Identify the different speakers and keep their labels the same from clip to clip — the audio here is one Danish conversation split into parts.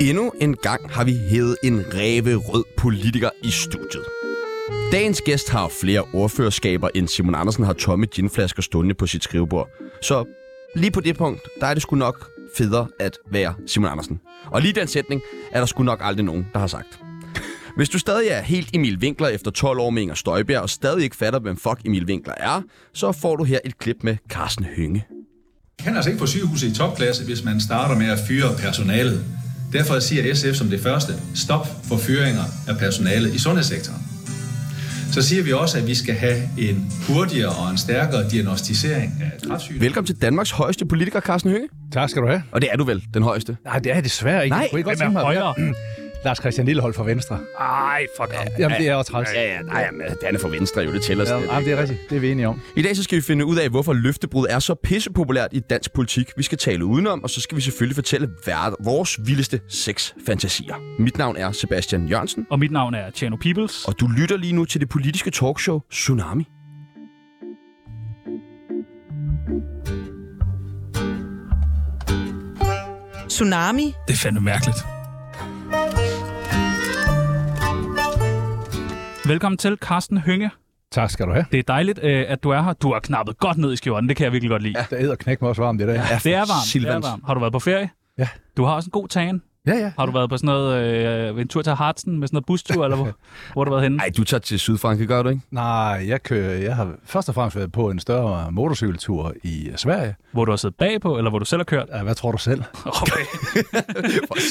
Speaker 1: Endnu en gang har vi hævet en ræve rød politiker i studiet. Dagens gæst har flere ordførerskaber, end Simon Andersen har tomme ginflasker stående på sit skrivebord. Så lige på det punkt, der er det sgu nok federe at være Simon Andersen. Og lige den sætning er der sgu nok aldrig nogen, der har sagt. Hvis du stadig er helt Emil Winkler efter 12 år med Inger Støjbjerg og stadig ikke fatter, hvem fuck Emil Winkler er, så får du her et klip med Carsten Hønge.
Speaker 2: Man kan altså ikke få sygehuset i topklasse, hvis man starter med at fyre personalet. Derfor siger SF som det første, stop for fyringer af personalet i sundhedssektoren. Så siger vi også, at vi skal have en hurtigere og en stærkere diagnostisering af kræftsygdomme.
Speaker 1: Velkommen til Danmarks højeste politiker, Carsten Hønge.
Speaker 3: Tak skal du have.
Speaker 1: Og det er du vel, den højeste.
Speaker 3: Nej, det er jeg desværre ikke.
Speaker 1: Nej,
Speaker 3: Jeg kunne ikke godt
Speaker 4: hvem
Speaker 3: tænke
Speaker 4: er
Speaker 3: mig at være-
Speaker 4: højere?
Speaker 3: Lars Christian Lillehold fra Venstre.
Speaker 4: Ej, fuck ham.
Speaker 3: Jamen, det er også træls.
Speaker 1: Ja, ja, nej, jamen, det er for Venstre jo, det tæller
Speaker 3: Ja,
Speaker 1: slet ikke.
Speaker 3: jamen, det er rigtigt. Det er vi enige om.
Speaker 1: I dag så skal vi finde ud af, hvorfor løftebrud er så pissepopulært i dansk politik. Vi skal tale udenom, og så skal vi selvfølgelig fortælle hver- vores vildeste sexfantasier. Mit navn er Sebastian Jørgensen,
Speaker 4: Og mit navn er Tjano Peoples.
Speaker 1: og du lytter lige nu til det politiske talkshow Tsunami.
Speaker 5: Tsunami.
Speaker 4: Det er fandme mærkeligt. Velkommen til, Carsten Hønge.
Speaker 3: Tak skal du have.
Speaker 4: Det er dejligt, øh, at du er her. Du har knappet godt ned i skjorten, det kan jeg virkelig godt lide. Ja,
Speaker 3: Der æder knæk mig også varmt det der. Ja,
Speaker 4: det er varmt, det
Speaker 1: Silvans.
Speaker 4: er varmt. Har du været på ferie?
Speaker 3: Ja.
Speaker 4: Du har også en god tan.
Speaker 3: ja. ja.
Speaker 4: Har du været på sådan noget, øh, en tur til Hartsen med sådan noget bustur, eller hvor, hvor har du været henne?
Speaker 1: Ej, du tager til Sydfrankrig, gør du ikke?
Speaker 3: Nej, jeg, kører, jeg har først og fremmest været på en større motorcykeltur i øh, Sverige.
Speaker 4: Hvor du har siddet bagpå, eller hvor du selv har kørt?
Speaker 3: Ja, Hvad tror du selv?
Speaker 4: Okay.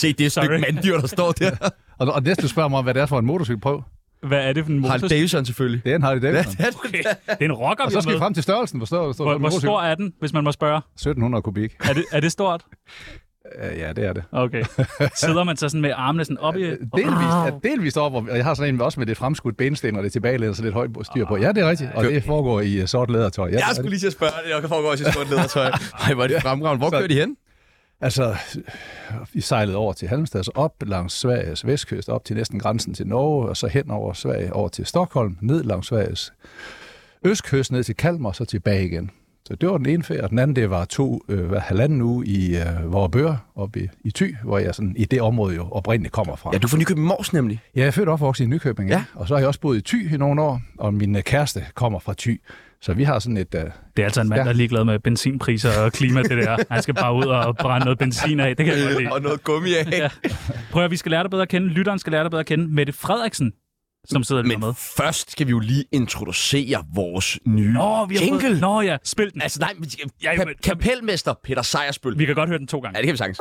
Speaker 1: Se, det er et stykke
Speaker 4: Sorry.
Speaker 1: manddyr, der står der.
Speaker 3: Og, og næste du spørger mig om, hvad det er for en motorcykelprøv.
Speaker 4: Hvad er det for en
Speaker 1: Harald
Speaker 4: motor?
Speaker 1: Davidson selvfølgelig.
Speaker 3: Det er en Harley Davidson.
Speaker 1: Det er det.
Speaker 4: Okay. Det er en rocker,
Speaker 3: Og
Speaker 4: vi
Speaker 3: så
Speaker 4: har
Speaker 3: skal vi
Speaker 4: med.
Speaker 3: frem til størrelsen. Hvor, stor, hvor, stor,
Speaker 4: Hvor,
Speaker 3: en
Speaker 4: hvor
Speaker 3: motorcykel?
Speaker 4: stor er den, hvis man må spørge?
Speaker 3: 1700 kubik.
Speaker 4: Er det, er det stort?
Speaker 3: Ja, Ja, det er det.
Speaker 4: Okay. Sidder man så sådan med armene sådan op i...
Speaker 3: Delvist, ja, delvist op, og jeg har sådan en også med det fremskudt bensten og det tilbagelæder, så lidt højt styr på. Ja, det er rigtigt, og det foregår i øh, sort lædertøj. Ah. Ja, det er
Speaker 1: Jeg skulle lige til at spørge det, jeg kan foregå også i stort ledertøj. Ej, hvor er det fremragende. Hvor
Speaker 3: Så-
Speaker 1: kører de hen?
Speaker 3: Altså, vi sejlede over til Halmstad, så op langs Sveriges vestkyst, op til næsten grænsen til Norge, og så hen over Sverige, over til Stockholm, ned langs Sveriges østkyst, ned til Kalmar, og så tilbage igen. Så det var den ene ferie, og den anden, det var to, øh, hvad, halvanden uge i øh, Vorebør, oppe i, i Thy, hvor jeg sådan, i det område jo oprindeligt kommer fra.
Speaker 1: Ja, du får Nykøbing Mors nemlig.
Speaker 3: Ja, jeg er født og opvokset i Nykøbing, ja.
Speaker 1: Ja.
Speaker 3: og så har jeg også boet i Thy i nogle år, og min øh, kæreste kommer fra Thy. Så vi har sådan et... Øh,
Speaker 4: Det er altså en mand,
Speaker 3: Ja.
Speaker 4: der er ligeglad med benzinpriser og klima, det der. Han skal bare ud og brænde noget benzin af. Det kan jeg godt lide.
Speaker 1: Og noget gummi af.
Speaker 4: Prøv at vi skal lære dig bedre at kende. Lytteren skal lære dig bedre at kende. Mette Frederiksen, som sidder lige med.
Speaker 1: Men først skal vi jo lige introducere vores nye
Speaker 4: Nå, vi har
Speaker 1: jingle.
Speaker 4: fået... Nå ja, spil den.
Speaker 1: Altså nej, men,
Speaker 4: Ja,
Speaker 1: ja,
Speaker 4: jamen-
Speaker 1: ka- kapelmester Peter Sejersbøl.
Speaker 4: Vi kan godt høre den to gange.
Speaker 1: Ja, det kan vi sagtens.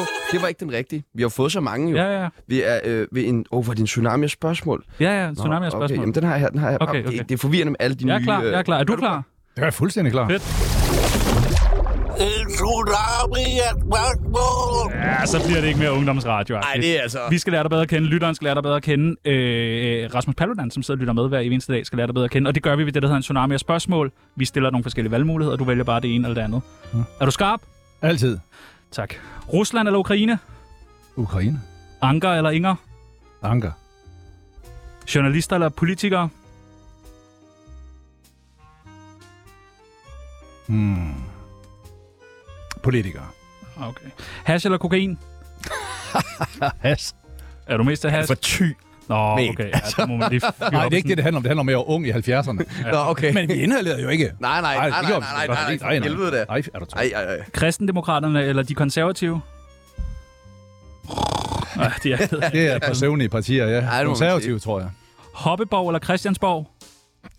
Speaker 1: Oh, det var ikke den rigtige. Vi har fået så mange jo.
Speaker 4: Ja, ja, ja.
Speaker 1: Vi er øh, ved en... Åh, oh, var det en tsunami af spørgsmål?
Speaker 4: Ja, ja, tsunami er et
Speaker 1: Okay,
Speaker 4: spørgsmål.
Speaker 1: jamen, den har jeg her, den har jeg.
Speaker 4: Okay, okay.
Speaker 1: Det, det er forvirrende med alle de
Speaker 4: Jeg er
Speaker 1: nye...
Speaker 4: klar,
Speaker 1: øh,
Speaker 4: jeg er klar. Er du klar?
Speaker 3: jeg er fuldstændig klar.
Speaker 4: Fedt.
Speaker 6: En tsunami af spørgsmål.
Speaker 4: Ja, så bliver det ikke mere ungdomsradio.
Speaker 1: Ej, det er altså...
Speaker 4: Vi skal lære dig bedre at kende. Lytteren skal lære dig bedre at kende. Øh, Rasmus Paludan, som sidder og lytter med hver eneste dag, skal lære dig bedre at kende. Og det gør vi ved det, der hedder en tsunami af spørgsmål. Vi stiller nogle forskellige valgmuligheder, og du vælger bare det ene eller det andet. Er du skarp?
Speaker 3: Altid.
Speaker 4: Tak. Rusland eller Ukraine?
Speaker 3: Ukraine.
Speaker 4: Anker eller Inger?
Speaker 3: Anker.
Speaker 4: Journalister eller politikere?
Speaker 3: Politikere.
Speaker 4: Okay. Hash eller kokain?
Speaker 3: Has.
Speaker 4: Er du mest af hash?
Speaker 1: For ty.
Speaker 4: Nå, okay. Ja, det må man lige
Speaker 3: Nej, det er ikke det, det handler om. Det handler om, at jeg var ung i 70'erne.
Speaker 1: Nå, okay.
Speaker 3: Men vi inhalerede jo ikke.
Speaker 1: Nej, nej, nej, nej, nej, nej, nej, nej, nej, helvede da.
Speaker 3: Nej, er du tøj?
Speaker 1: Ej, ej, ej.
Speaker 4: Kristendemokraterne eller de konservative? Ej, de er
Speaker 3: Det er et par søvnige partier, ja.
Speaker 1: Ej, det må man
Speaker 3: Konservative, tror jeg.
Speaker 4: Hoppeborg eller Christiansborg?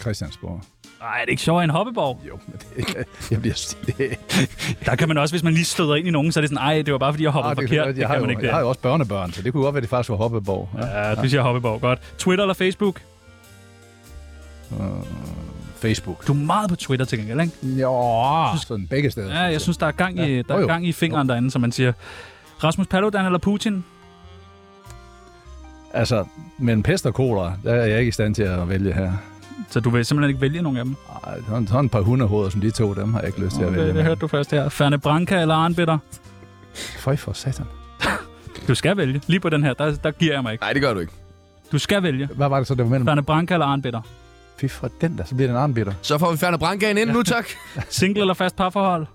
Speaker 3: Christiansborg.
Speaker 4: Nej, det er ikke sjovere end Hoppeborg.
Speaker 3: Jo, men det, jeg bliver... Det,
Speaker 4: Der kan man også, hvis man lige støder ind i nogen, så er det sådan, ej, det var bare fordi, jeg hoppede
Speaker 3: Ah, det,
Speaker 4: forkert. Det,
Speaker 3: jeg,
Speaker 4: kan
Speaker 3: har
Speaker 4: man
Speaker 3: jo,
Speaker 4: ikke
Speaker 3: jeg har
Speaker 4: det.
Speaker 3: jo også børnebørn, så det kunne godt være, det faktisk var Hoppeborg. Ja.
Speaker 4: Ja, du siger Hoppeborg. Godt. Twitter eller Facebook?
Speaker 3: Facebook.
Speaker 4: Du er meget på Twitter til gengæld, ikke?
Speaker 3: Jo, sådan begge steder.
Speaker 4: Ja, jeg synes, der er gang i, der
Speaker 3: Jo,
Speaker 4: er
Speaker 3: jo.
Speaker 4: gang i fingeren derinde, som man siger. Rasmus Paludan eller Putin?
Speaker 3: Altså, mellem pest og kolera, der er jeg ikke i stand til at vælge her.
Speaker 4: Så du vil simpelthen ikke vælge nogen af dem?
Speaker 3: Ej, der er en- der er en par hundehoveder, som de to, dem har jeg ikke lyst til at vælge.
Speaker 4: Det, det hørte du først her. Ferne Branca eller Arnbitter?
Speaker 3: Føj for satan.
Speaker 4: Du skal vælge. Lige på den her, der, der giver jeg mig ikke.
Speaker 1: Nej, det gør du ikke.
Speaker 4: Du skal vælge.
Speaker 3: Hvad var det så, det var mellem?
Speaker 4: Ferne Branca eller Arnbitter?
Speaker 3: Fy for den der, så bliver den armbitter.
Speaker 1: Så får vi fjernet brandgagen ind nu, tak.
Speaker 4: Single eller fast parforhold?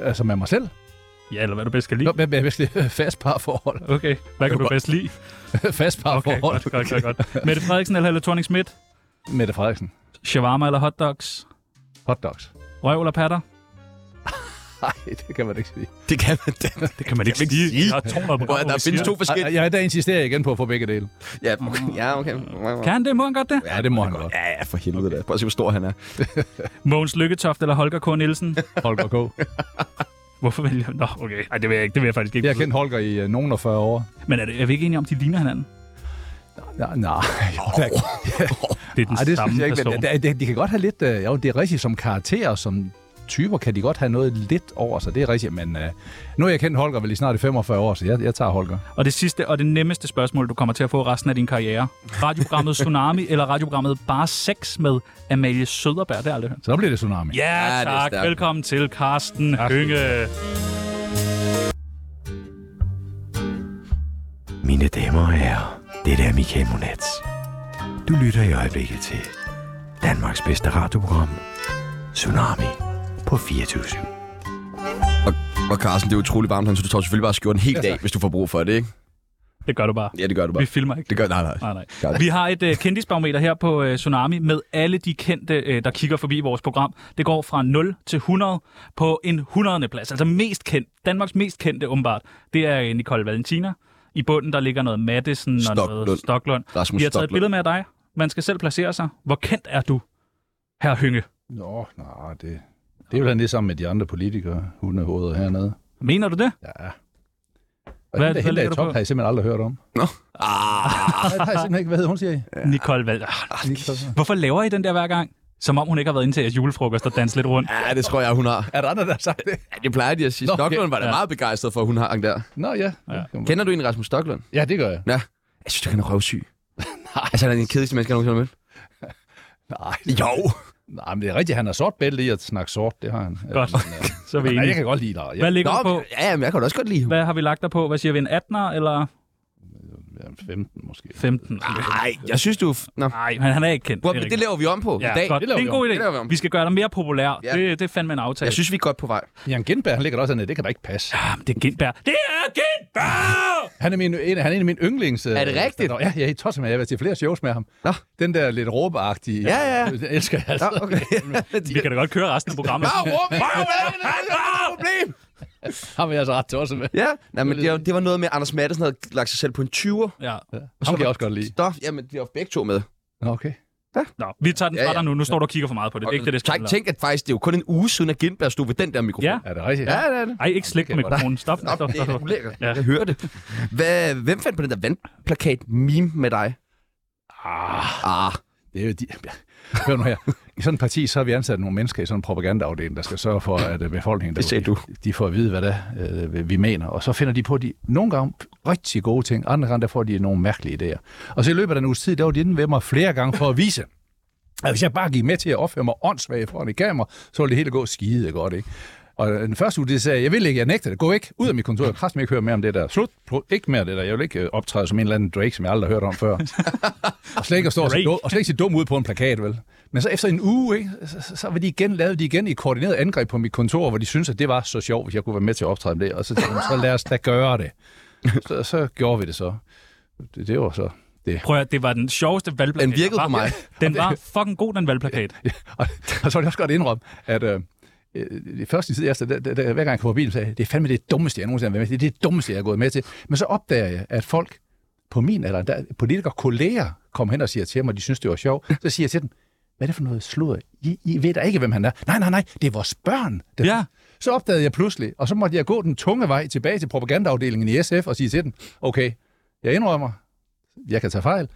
Speaker 3: Altså med mig selv.
Speaker 4: Ja, eller hvad du bedst kan lide.
Speaker 3: Nå, men jeg vil slet fast parforhold.
Speaker 4: Okay, hvad kan du bedst lide?
Speaker 3: fast
Speaker 4: Okay,
Speaker 3: parforhold.
Speaker 4: godt, godt, godt, godt. Mette Frederiksen eller Helle thorning Schmidt?
Speaker 3: Mette Frederiksen.
Speaker 4: Shawarma eller hotdogs?
Speaker 3: Hotdogs.
Speaker 4: Røv eller patter?
Speaker 3: Nej, det kan man ikke sige.
Speaker 1: Det kan man da.
Speaker 4: Det kan man ikke sige. sige. Der er 200
Speaker 1: Prøv
Speaker 4: programmer,
Speaker 1: at, der
Speaker 4: vi
Speaker 1: findes
Speaker 4: siger.
Speaker 1: to forskellige...
Speaker 3: Ej, Jeg, der insisterer jeg igen på at få begge dele.
Speaker 1: Ja, okay. Ja, okay.
Speaker 4: Kan han det? Må han godt det?
Speaker 3: Ja, det må han godt.
Speaker 1: Ja, ja, for helvede da. Prøv at se, hvor stor han er.
Speaker 4: Mogens Lykketoft eller Holger K. Nielsen?
Speaker 3: Holger K.
Speaker 4: Hvorfor vælger jeg? Nå, okay. Ej, det vil jeg ikke. Det vil jeg faktisk ikke.
Speaker 3: Jeg har kendt Holger i øh, nogen af 40 år.
Speaker 4: Men er, det, er vi ikke enige om, de ligner hinanden?
Speaker 3: Nej, nej.
Speaker 4: Det er den
Speaker 3: Ej, det
Speaker 4: samme
Speaker 3: synes jeg ikke,
Speaker 4: person.
Speaker 3: men det, det, de kan godt have lidt... Øh, jo, det er rigtigt, som karakterer, som typer, kan de godt have noget lidt over sig. Det er rigtigt, men øh, nu har jeg kendt Holger vel i snart i 45 år, så jeg, jeg tager Holger.
Speaker 4: Og det sidste og det nemmeste spørgsmål, du kommer til at få resten af din karriere. Radioprogrammet Tsunami eller radioprogrammet Bare 6 med Amalie Søderberg? Det har jeg aldrig hørt.
Speaker 3: Så der bliver det tsunami.
Speaker 4: Ja,
Speaker 1: Ja, det er
Speaker 4: tak.
Speaker 1: stærkt.
Speaker 4: Velkommen til Carsten Hønge.
Speaker 7: Mine damer og herrer, det er Michael Monats. Du lytter i øjeblikket til Danmarks bedste radioprogram, Tsunami på 24
Speaker 1: Og, og Carsten, det er utrolig varmt, herinde, så du tager selvfølgelig bare skjorten helt af, hvis du får brug for det, ikke?
Speaker 4: Det gør du bare.
Speaker 1: Ja, det gør du
Speaker 4: Vi
Speaker 1: bare.
Speaker 4: filmer ikke.
Speaker 1: Det gør... Nej, nej.
Speaker 4: Nej, nej.
Speaker 1: Godt.
Speaker 4: Vi har et uh, kendisbarometer her på uh, Tsunami med alle de kendte, uh, der kigger forbi vores program. Det går fra 0 til 100 på en 100. plads. Altså mest kendt, Danmarks mest kendte åbenbart, det er øh, Nicole Valentina. I bunden der ligger noget Madison og
Speaker 1: Stoklund.
Speaker 4: noget Stoklund.
Speaker 1: Rasmus
Speaker 4: Vi har taget et
Speaker 1: Stoklund.
Speaker 4: billede med af dig. Man skal selv placere sig. Hvor kendt er du, herr Hynge?
Speaker 3: Nå, nej, det, det er jo da det sammen med de andre politikere, hundehoveder hernede.
Speaker 4: Mener du det?
Speaker 3: Ja. Og
Speaker 4: Hvad-
Speaker 3: hvad, hende,
Speaker 4: hvad
Speaker 3: der, hende der
Speaker 4: ligger
Speaker 3: i
Speaker 4: du
Speaker 3: top,
Speaker 4: på?
Speaker 3: har jeg simpelthen aldrig hørt om.
Speaker 1: Nå. Ah,
Speaker 3: Nej, det har jeg simpelthen ikke. Hvad hed hun, siger I?
Speaker 4: Ja. Nicole Val... Ah, Hvorfor laver I den der hver gang? Som om hun ikke har været ind til jeres julefrokost og danset lidt rundt.
Speaker 1: ja, det tror jeg, hun har.
Speaker 3: Er der andre, der har sagt det?
Speaker 1: Ja, det plejer de at sige.
Speaker 3: Nå, okay.
Speaker 1: Stoklund var da meget begejstret for, at hun hang der.
Speaker 3: Nå, ja.
Speaker 1: Kender du en Rasmus Stoklund?
Speaker 3: Ja, det gør jeg.
Speaker 1: Ja. Jeg synes, du kan er røvsyg. Nej. Altså, han er den kedeligste menneske, jeg nogensinde har mødt.
Speaker 3: Nej,
Speaker 1: Jo.
Speaker 3: nej, men det er rigtigt. Han har sort bælte i at snakke sort. Det har han.
Speaker 4: Godt.
Speaker 3: Men, øh,
Speaker 4: Så er vi
Speaker 3: nej, jeg
Speaker 4: enige.
Speaker 3: kan godt lide dig.
Speaker 4: Hvad
Speaker 3: Jeg,
Speaker 4: ligger
Speaker 1: Nå,
Speaker 4: du på?
Speaker 1: men- ja, men jeg kan da også godt lide ham.
Speaker 4: Hvad har vi lagt dig på? Hvad siger vi? En 18'er eller
Speaker 3: jeg er 15 måske.
Speaker 4: 15?
Speaker 1: Nej, jeg synes, du... Nå.
Speaker 4: Nej, men han er ikke kendt.
Speaker 1: Prøv,
Speaker 4: Det er
Speaker 1: det, det
Speaker 4: rigtigt.
Speaker 1: laver vi om på
Speaker 4: ja,
Speaker 1: i dag.
Speaker 4: Godt.
Speaker 3: Det
Speaker 4: Det,
Speaker 3: laver
Speaker 4: er
Speaker 3: vi
Speaker 4: en
Speaker 3: om.
Speaker 4: god
Speaker 1: Det laver vi om.
Speaker 4: idé. Vi skal gøre dig mere populær.
Speaker 1: Ja.
Speaker 4: Ja. Det, det er fandme en aftale.
Speaker 1: Jeg synes, vi er godt på vej.
Speaker 3: Jan Gindberg, han ligger der også hernede. Det kan da ikke passe.
Speaker 4: Ah, det er Gindberg. Det er Gindberg!
Speaker 3: Han er, min, en, han er en af mine yndlings... øh,
Speaker 1: Er det rigtigt?
Speaker 3: Ja, jeg er i tosset med, jeg har været til flere shows med ham.
Speaker 1: Nå.
Speaker 3: Den der lidt råbeagtige...
Speaker 1: Ja, ja, ja.
Speaker 3: Den elsker jeg altså.
Speaker 1: Nå, okay.
Speaker 4: Vi kan da godt køre resten af programmet.
Speaker 1: Bare rum! Bare med! Det er ikke et problem!
Speaker 3: Ham er jeg altså ret tosset med.
Speaker 1: Ja, nej, men det, var- det var noget med, at Anders Madsen havde lagt sig selv på en 20'er.
Speaker 4: Ja.
Speaker 3: Ham kan jeg også godt lide.
Speaker 1: Stof, jamen, vi var begge to med.
Speaker 3: Nå, okay.
Speaker 4: Nå, vi tager den
Speaker 1: Ja,
Speaker 4: fra
Speaker 1: ja.
Speaker 4: dig nu. Nu står du og kigger for meget på det. Det er ikke det, det skal
Speaker 1: tak,
Speaker 4: handle om.
Speaker 1: tænk, at faktisk det er jo kun en uge siden, at Gindberg stod ved den der mikrofon.
Speaker 4: Ja.
Speaker 3: Er det rigtigt?
Speaker 1: Ja, det er det.
Speaker 4: Ej, ikke slik på
Speaker 3: kan jeg godt.
Speaker 4: mikrofonen. Stop,
Speaker 1: Nå,
Speaker 4: stop,
Speaker 1: det er da
Speaker 4: stop.
Speaker 1: ulækkert.
Speaker 4: Ja.
Speaker 1: Jeg hører det. Hvad, hvem fandt på den der vandplakat meme med dig? Ah, ah.
Speaker 3: Det er jo de... Hør nu her. I sådan et parti, så har vi ansat nogle mennesker i sådan en propagandaafdeling, der skal sørge for, at øh, befolkningen...
Speaker 1: Det sagde
Speaker 3: derude, De får at vide, hvad det er, øh, vi mener. Og så finder de på de nogle gange rigtig gode ting, andre gange der får de nogle mærkelige idéer. Og så i løbet af den uges tid, der var de inde ved mig flere gange for at vise, at hvis jeg bare gik med til at opføre mig åndssvagt foran et kamera, så ville det hele gå skide godt, ikke? Og den første uge, det sagde jeg, jeg vil ikke, jeg nægter det. Gå ikke ud af mit kontor. Jeg kan ikke høre mere om det der. Slut. Pro- Ikke mere det der. Jeg vil ikke øh, optræde som en eller anden Drake, som jeg aldrig har hørt om før. og slet ikke at stå og se
Speaker 4: Drake.
Speaker 3: dum, og slet ikke se dum ud på en plakat, vel? Men så efter en uge, ikke, så, så, så var de igen, lavede de igen i koordineret angreb på mit kontor, hvor de syntes, at det var så sjovt, hvis jeg kunne være med til at optræde med det. Og så tænkte jeg, så lad os da gøre det. Så, så gjorde vi det så. Det, det var så det.
Speaker 4: Prøv at, det var den sjoveste valgplakat.
Speaker 1: Den virkede
Speaker 4: der
Speaker 1: på
Speaker 4: var.
Speaker 1: mig.
Speaker 4: Den var fucking god, den valgplakat.
Speaker 3: og, og så vil jeg også godt indrømme, at øh, øh, det første tid efter, der, der, der, hver gang jeg kom forbi, dem, sagde jeg, det er fandme det dummeste, jeg nogensinde har været med til. Det er det dummeste, jeg har gået med til. Men så opdager jeg, at folk på min alder, der, politikere, kolleger, kommer hen og siger til mig, og de synes, det var sjovt. Så siger jeg til dem, hvad er det for noget sludder? I, I ved da ikke, hvem han er. Nej, nej, nej, det er vores børn. Der.
Speaker 4: Ja.
Speaker 3: Så opdagede jeg pludselig, og så måtte jeg gå den tunge vej tilbage til propagandaafdelingen i SF og sige til dem, okay, jeg indrømmer, jeg kan tage fejl,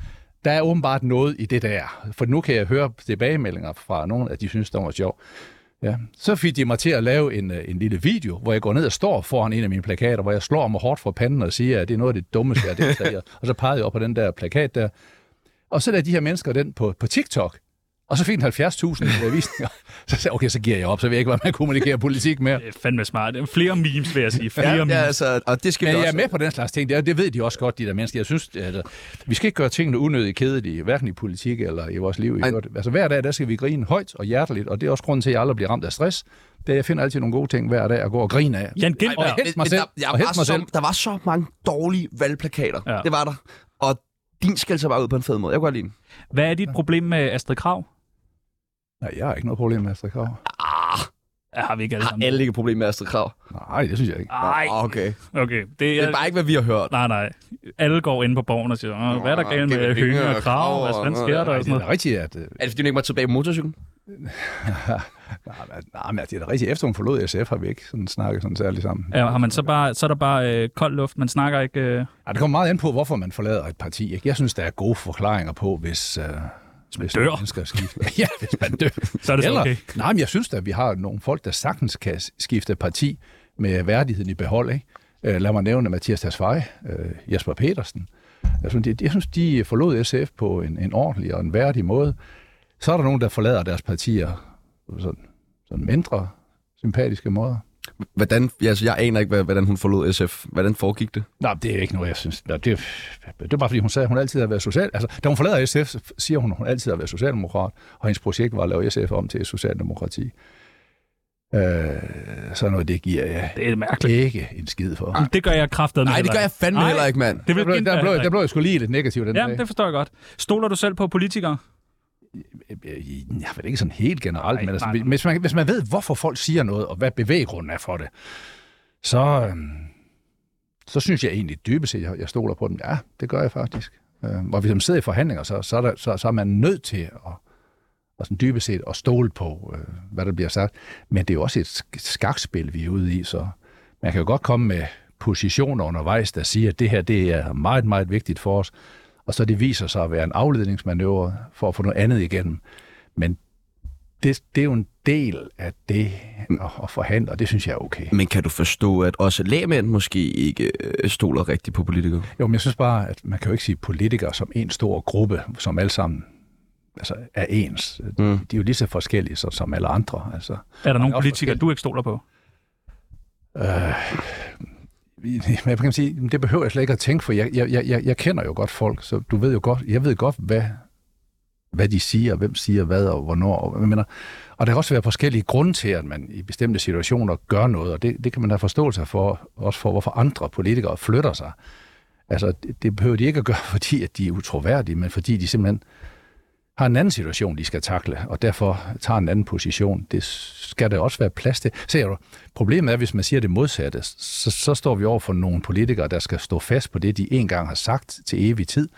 Speaker 3: der er åbenbart noget i det der. For nu kan jeg høre tilbagemeldinger fra nogen, at de synes, det var sjov. Ja. Så fik de mig til at lave en, øh, en lille video, hvor jeg går ned og står foran en af mine plakater, hvor jeg slår mig hårdt for panden og siger, at det er noget af det dummeste, jeg har deltaget i. Og så pegede jeg op på den der plakat der. Og så lader de her mennesker den på, på TikTok. Og så fik den 70.000 øh, visninger. Så sagde jeg, okay, så giver jeg op, så ved jeg ikke, hvordan man kommunikerer politik mere.
Speaker 4: Det er fandme smart. Flere memes, vil jeg sige. Flere
Speaker 1: Ja,
Speaker 4: memes.
Speaker 1: ja, altså, og det skal
Speaker 3: Men
Speaker 1: vi
Speaker 3: jeg er
Speaker 1: også.
Speaker 3: med på den slags ting. Det, er- det ved de også godt, de der mennesker. Jeg synes, altså, vi skal ikke gøre tingene unødigt kedelige, hverken i politik eller i vores liv. I
Speaker 1: Ej.
Speaker 3: øvrigt. altså, hver dag der skal vi grine højt og hjerteligt, og det er også grunden til, at jeg aldrig bliver ramt af stress. Det er, jeg finder altid nogle gode ting hver dag at gå og grine af.
Speaker 4: Jan
Speaker 3: Og
Speaker 4: Gindberg.
Speaker 3: helt- helst mig
Speaker 1: Men
Speaker 3: selv,
Speaker 1: Der,
Speaker 3: og
Speaker 1: jeg
Speaker 3: helst
Speaker 1: var
Speaker 3: mig
Speaker 1: så,
Speaker 3: selv.
Speaker 1: der var så mange dårlige valgplakater.
Speaker 4: Ja.
Speaker 1: Ja. Det var der. Og din skal så bare ud på en fed måde. Jeg kunne godt lide den.
Speaker 4: Hvad er dit problem med Astrid Krav?
Speaker 3: Nej, jeg har ikke noget problem med Astrid Krav.
Speaker 4: Ja, har vi ikke alle
Speaker 1: Har
Speaker 4: sammen.
Speaker 1: alle ikke et problem med Astrid Krav?
Speaker 3: Nej, det synes jeg ikke.
Speaker 4: Nej,
Speaker 1: Nå, ah, Okay.
Speaker 4: okay. Det er,
Speaker 1: Det er bare ikke, hvad vi har hørt.
Speaker 4: Nej, nej. Alle går ind på borgen og siger, "Åh, hvad er der
Speaker 1: Nå,
Speaker 4: galt
Speaker 1: det
Speaker 4: med
Speaker 1: er
Speaker 4: høne
Speaker 1: Høne
Speaker 4: og
Speaker 1: og
Speaker 4: krav?
Speaker 1: Krav
Speaker 4: Altså,
Speaker 1: og
Speaker 4: hvad
Speaker 1: noget
Speaker 4: sker
Speaker 1: der."
Speaker 4: der? Og
Speaker 3: Det
Speaker 4: sådan
Speaker 3: er da
Speaker 4: noget.
Speaker 3: rigtigt, at... øh,
Speaker 1: Er det, fordi du ikke må tilbage på motorcyklen?
Speaker 3: Nej, men- nej, men altså, det er da rigtigt. Efter hun forlod SF, har vi ikke sådan snakket sådan særligt sammen.
Speaker 4: Ja, har man så, bare, så er der bare øh, kold luft, man snakker ikke... Øh,
Speaker 3: Ja, det kommer meget an på, hvorfor man forlader et parti. Ikke? Jeg synes, der er gode forklaringer på, hvis... Øh, hvis
Speaker 4: dør.
Speaker 3: man skal skifte. ja, hvis man dør.
Speaker 4: Så er det så okay.
Speaker 3: Nej, men jeg synes da, at vi har nogle folk, der sagtens kan skifte parti med værdigheden i behold. Ikke? Øh, lad mig nævne Mathias Tasfaye, øh, Jesper Petersen. Altså, Jeg synes, de, jeg synes, de forlod SF på en, en ordentlig og en værdig måde. Så er der nogen, der forlader deres partier på sådan, sådan mindre sympatiske måder.
Speaker 1: Hvordan, ja, altså, jeg aner ikke, hvad- hvordan hun forlod SF. Hvordan foregik det?
Speaker 3: Nej, det er ikke noget, jeg synes. Nå, det, er, det er bare, fordi hun sagde, at hun altid har været social... Altså, da hun forlader SF, så siger hun, at hun altid har været socialdemokrat, og hendes projekt var at lave SF om til socialdemokrati. Øh, sådan noget, det giver jeg
Speaker 4: det er mærkeligt.
Speaker 3: ikke en skid for.
Speaker 4: Jamen, Det gør jeg kraftet
Speaker 1: Nej, det gør jeg fandme heller ikke, mand.
Speaker 4: Det
Speaker 3: Der
Speaker 4: vil
Speaker 3: blev,
Speaker 4: Gindberg
Speaker 3: der, blev,
Speaker 4: heller
Speaker 3: der
Speaker 4: ikke.
Speaker 3: blev jeg sgu lige lidt negativ den
Speaker 4: Jamen,
Speaker 3: dag.
Speaker 4: det forstår jeg godt. Stoler du selv på politikere?
Speaker 3: Øh, Jeg ved ikke sådan helt generelt,
Speaker 4: Nej,
Speaker 3: men altså,
Speaker 4: nej, nej.
Speaker 3: Hvis, man, hvis man ved, hvorfor folk siger noget, og hvad bevæggrunden er for det, så, øhm, så synes jeg egentlig dybest set, jeg, jeg stoler på dem. Ja, det gør jeg faktisk. Øh, og hvis man sidder i forhandlinger, så, så, er, der, så, så er man nødt til at og sådan dybest set at stole på, øh, hvad der bliver sagt. Men det er jo også et sk- skakspil, vi er ude i, så man kan jo godt komme med positioner undervejs, der siger, at det her det er meget, meget vigtigt for os, og så det viser sig at være en afledningsmanøvre for at få noget andet igennem. Men det, det er jo en del af det at, at forhandle, og det synes jeg er okay.
Speaker 1: Men kan du forstå, at også lægmænd måske ikke øh, stoler rigtigt på politikere?
Speaker 3: Jo, men jeg synes bare, at man kan jo ikke sige politikere som en stor gruppe, som alle sammen altså, er ens. Mm. De er jo lige så forskellige som, som alle andre. Altså,
Speaker 4: Er der nogle
Speaker 3: også
Speaker 4: politikere,
Speaker 3: forskelligt.
Speaker 4: du ikke stoler på?
Speaker 3: men jeg Øh, kan sige, det behøver jeg slet ikke at tænke, for jeg, jeg, jeg- jeg, jeg kender jo godt folk, så du ved jo godt, jeg ved godt, hvad, hvad de siger, hvem siger hvad og hvornår. Og, jeg mener, og der kan også være forskellige grunde til, at man i bestemte situationer gør noget, og det, det kan man have forståelse for, også for, hvorfor andre politikere flytter sig. Altså, det, det behøver de ikke at gøre, fordi at de er utroværdige, men fordi de simpelthen har en anden situation, de skal takle, og derfor tager en anden position. Det skal der også være plads til. Ser du, problemet er, hvis man siger det modsatte, så, så står vi over for nogle politikere, der skal stå fast på det, de engang har sagt til evig tid,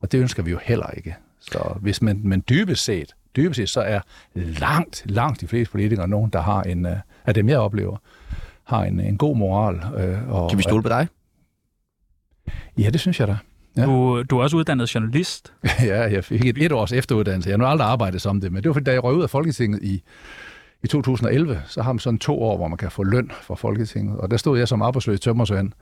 Speaker 3: og det ønsker vi jo heller ikke. Så hvis man, men dybest set, dybest set, så er langt, langt de fleste politikere nogen, der har en, øh, af dem jeg oplever, har en, en god moral. Øh, og,
Speaker 1: Kan vi stole på dig?
Speaker 3: Ja, det synes jeg da. Ja.
Speaker 4: Du, du er også uddannet journalist.
Speaker 3: Ja, jeg fik et, et års efteruddannelse. Jeg har nu aldrig arbejdet som det, men det var fordi, da jeg røg ud af Folketinget i, i 2011, så har man sådan to år, hvor man kan få løn fra Folketinget. Og der stod jeg som arbejdsløs tømmersvend,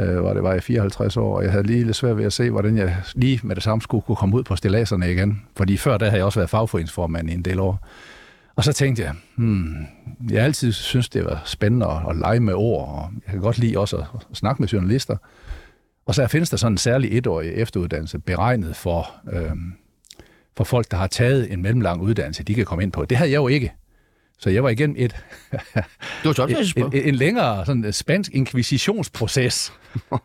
Speaker 3: øh, hvor det var i 54 år, og jeg havde lige lidt svært ved at se, hvordan jeg lige med det samme skulle kunne komme ud på stilladserne igen. Fordi før der havde jeg også været fagforeningsformand i en del år. Og så tænkte jeg, hmm, jeg har altid synes det var spændende at, at lege med ord, og jeg kan godt lide også at, at snakke med journalister. Og så findes der sådan en særlig etårig efteruddannelse beregnet for, øh, for folk, der har taget en mellemlang uddannelse, de kan komme ind på. Det havde jeg jo ikke. Så jeg var igennem et,
Speaker 1: Det var et
Speaker 3: en, en, en længere sådan, øh, spansk inkvisitionsproces,